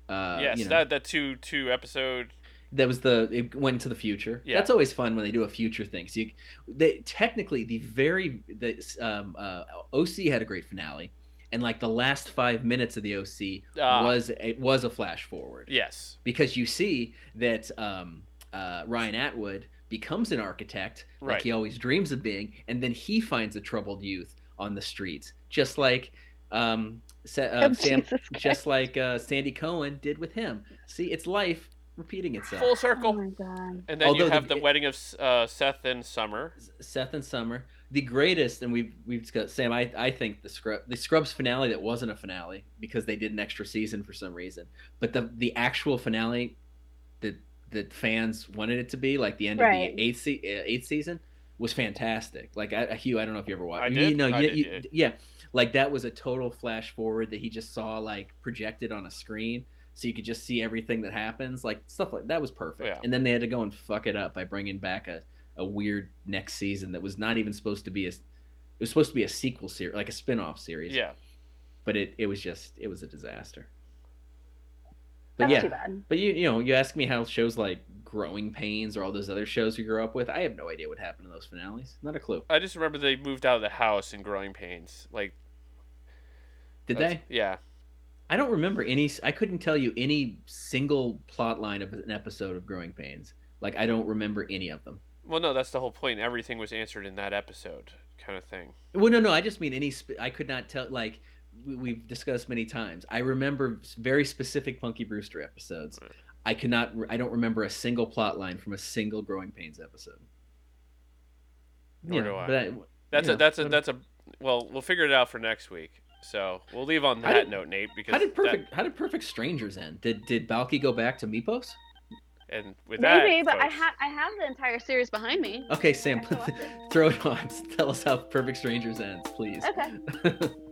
Speaker 3: uh
Speaker 1: yes,
Speaker 3: you know.
Speaker 1: that that two two episode
Speaker 3: that was the it went into the future.
Speaker 1: Yeah.
Speaker 3: That's always fun when they do a future thing. So you, they technically the very the um, uh, OC had a great finale, and like the last five minutes of the OC
Speaker 1: Ah.
Speaker 3: was it was a flash forward
Speaker 1: Yes.
Speaker 3: because you see that um, uh, Ryan Atwood becomes an architect like
Speaker 1: Right.
Speaker 3: he always dreams of being, and then he finds a troubled youth on the streets, just like um, Sa- uh,
Speaker 2: Oh,
Speaker 3: Sam,
Speaker 2: Jesus Christ.
Speaker 3: just like uh, Sandy Cohen did with him. See, it's life repeating itself.
Speaker 1: Full
Speaker 2: Oh
Speaker 1: circle.
Speaker 2: my god.
Speaker 1: And then you
Speaker 3: Although the-
Speaker 1: have the, wedding of uh, Seth and Summer.
Speaker 3: Seth and Summer, the greatest, and we've we've discussed Sam. I, I think the scrub the Scrubs finale that wasn't a finale because they did an extra season for some reason, but the the actual finale that that fans wanted it to be, like the end
Speaker 2: Right.
Speaker 3: of the eighth se- uh, eighth season, was fantastic. Like I, I- Hugh, I don't know if you ever watched.
Speaker 1: I
Speaker 3: you-
Speaker 1: did.
Speaker 3: You know,
Speaker 1: I
Speaker 3: you-
Speaker 1: did,
Speaker 3: you-
Speaker 1: yeah.
Speaker 3: yeah, like that was a total flash forward that he just saw like projected on a screen. So you could just see everything that happens, like stuff like that was perfect.
Speaker 1: Yeah.
Speaker 3: And then they had to go and fuck it up by bringing back a a weird next season that was not even supposed to be a it was supposed to be a sequel series like a spin-off series
Speaker 1: Yeah.
Speaker 3: but it it was just it was a disaster but
Speaker 2: That's
Speaker 3: yeah
Speaker 2: too bad.
Speaker 3: but you you know you ask me how shows like growing pains or all those other shows we grew up with i have no idea what happened to those finales not a clue
Speaker 1: I just remember they moved out of the house in Growing Pains. Like
Speaker 3: did
Speaker 1: that's-
Speaker 3: they
Speaker 1: Yeah.
Speaker 3: i don't remember any i couldn't tell you any single plot line of an episode of growing pains like i don't remember any of them
Speaker 1: Well, no, that's the whole point. Everything was answered in that episode, kind of thing.
Speaker 3: Well, no, no. I just mean any. Sp- I could not tell. Like we- we've discussed many times, I remember s- very specific Punky Brewster episodes.
Speaker 1: Right.
Speaker 3: I could not. re- I don't remember a single plot line from a single Growing Pains episode.
Speaker 1: Nor do I.
Speaker 3: but
Speaker 1: That's
Speaker 3: Yeah,
Speaker 1: a that's a
Speaker 3: but-
Speaker 1: that's a well, we'll figure it out for next week. So we'll leave on
Speaker 3: How
Speaker 1: that
Speaker 3: did-
Speaker 1: note, Nate, because
Speaker 3: how did
Speaker 1: that-
Speaker 3: perfect? How did Perfect Strangers end? Did did Balky go back to Meepos?
Speaker 1: and with that,
Speaker 2: Maybe, but I
Speaker 1: folks,
Speaker 2: have I have the entire series behind me.
Speaker 3: Okay, Sam,
Speaker 2: I watched it.
Speaker 3: throw it on. Tell us how Perfect Strangers ends, please.
Speaker 2: Okay.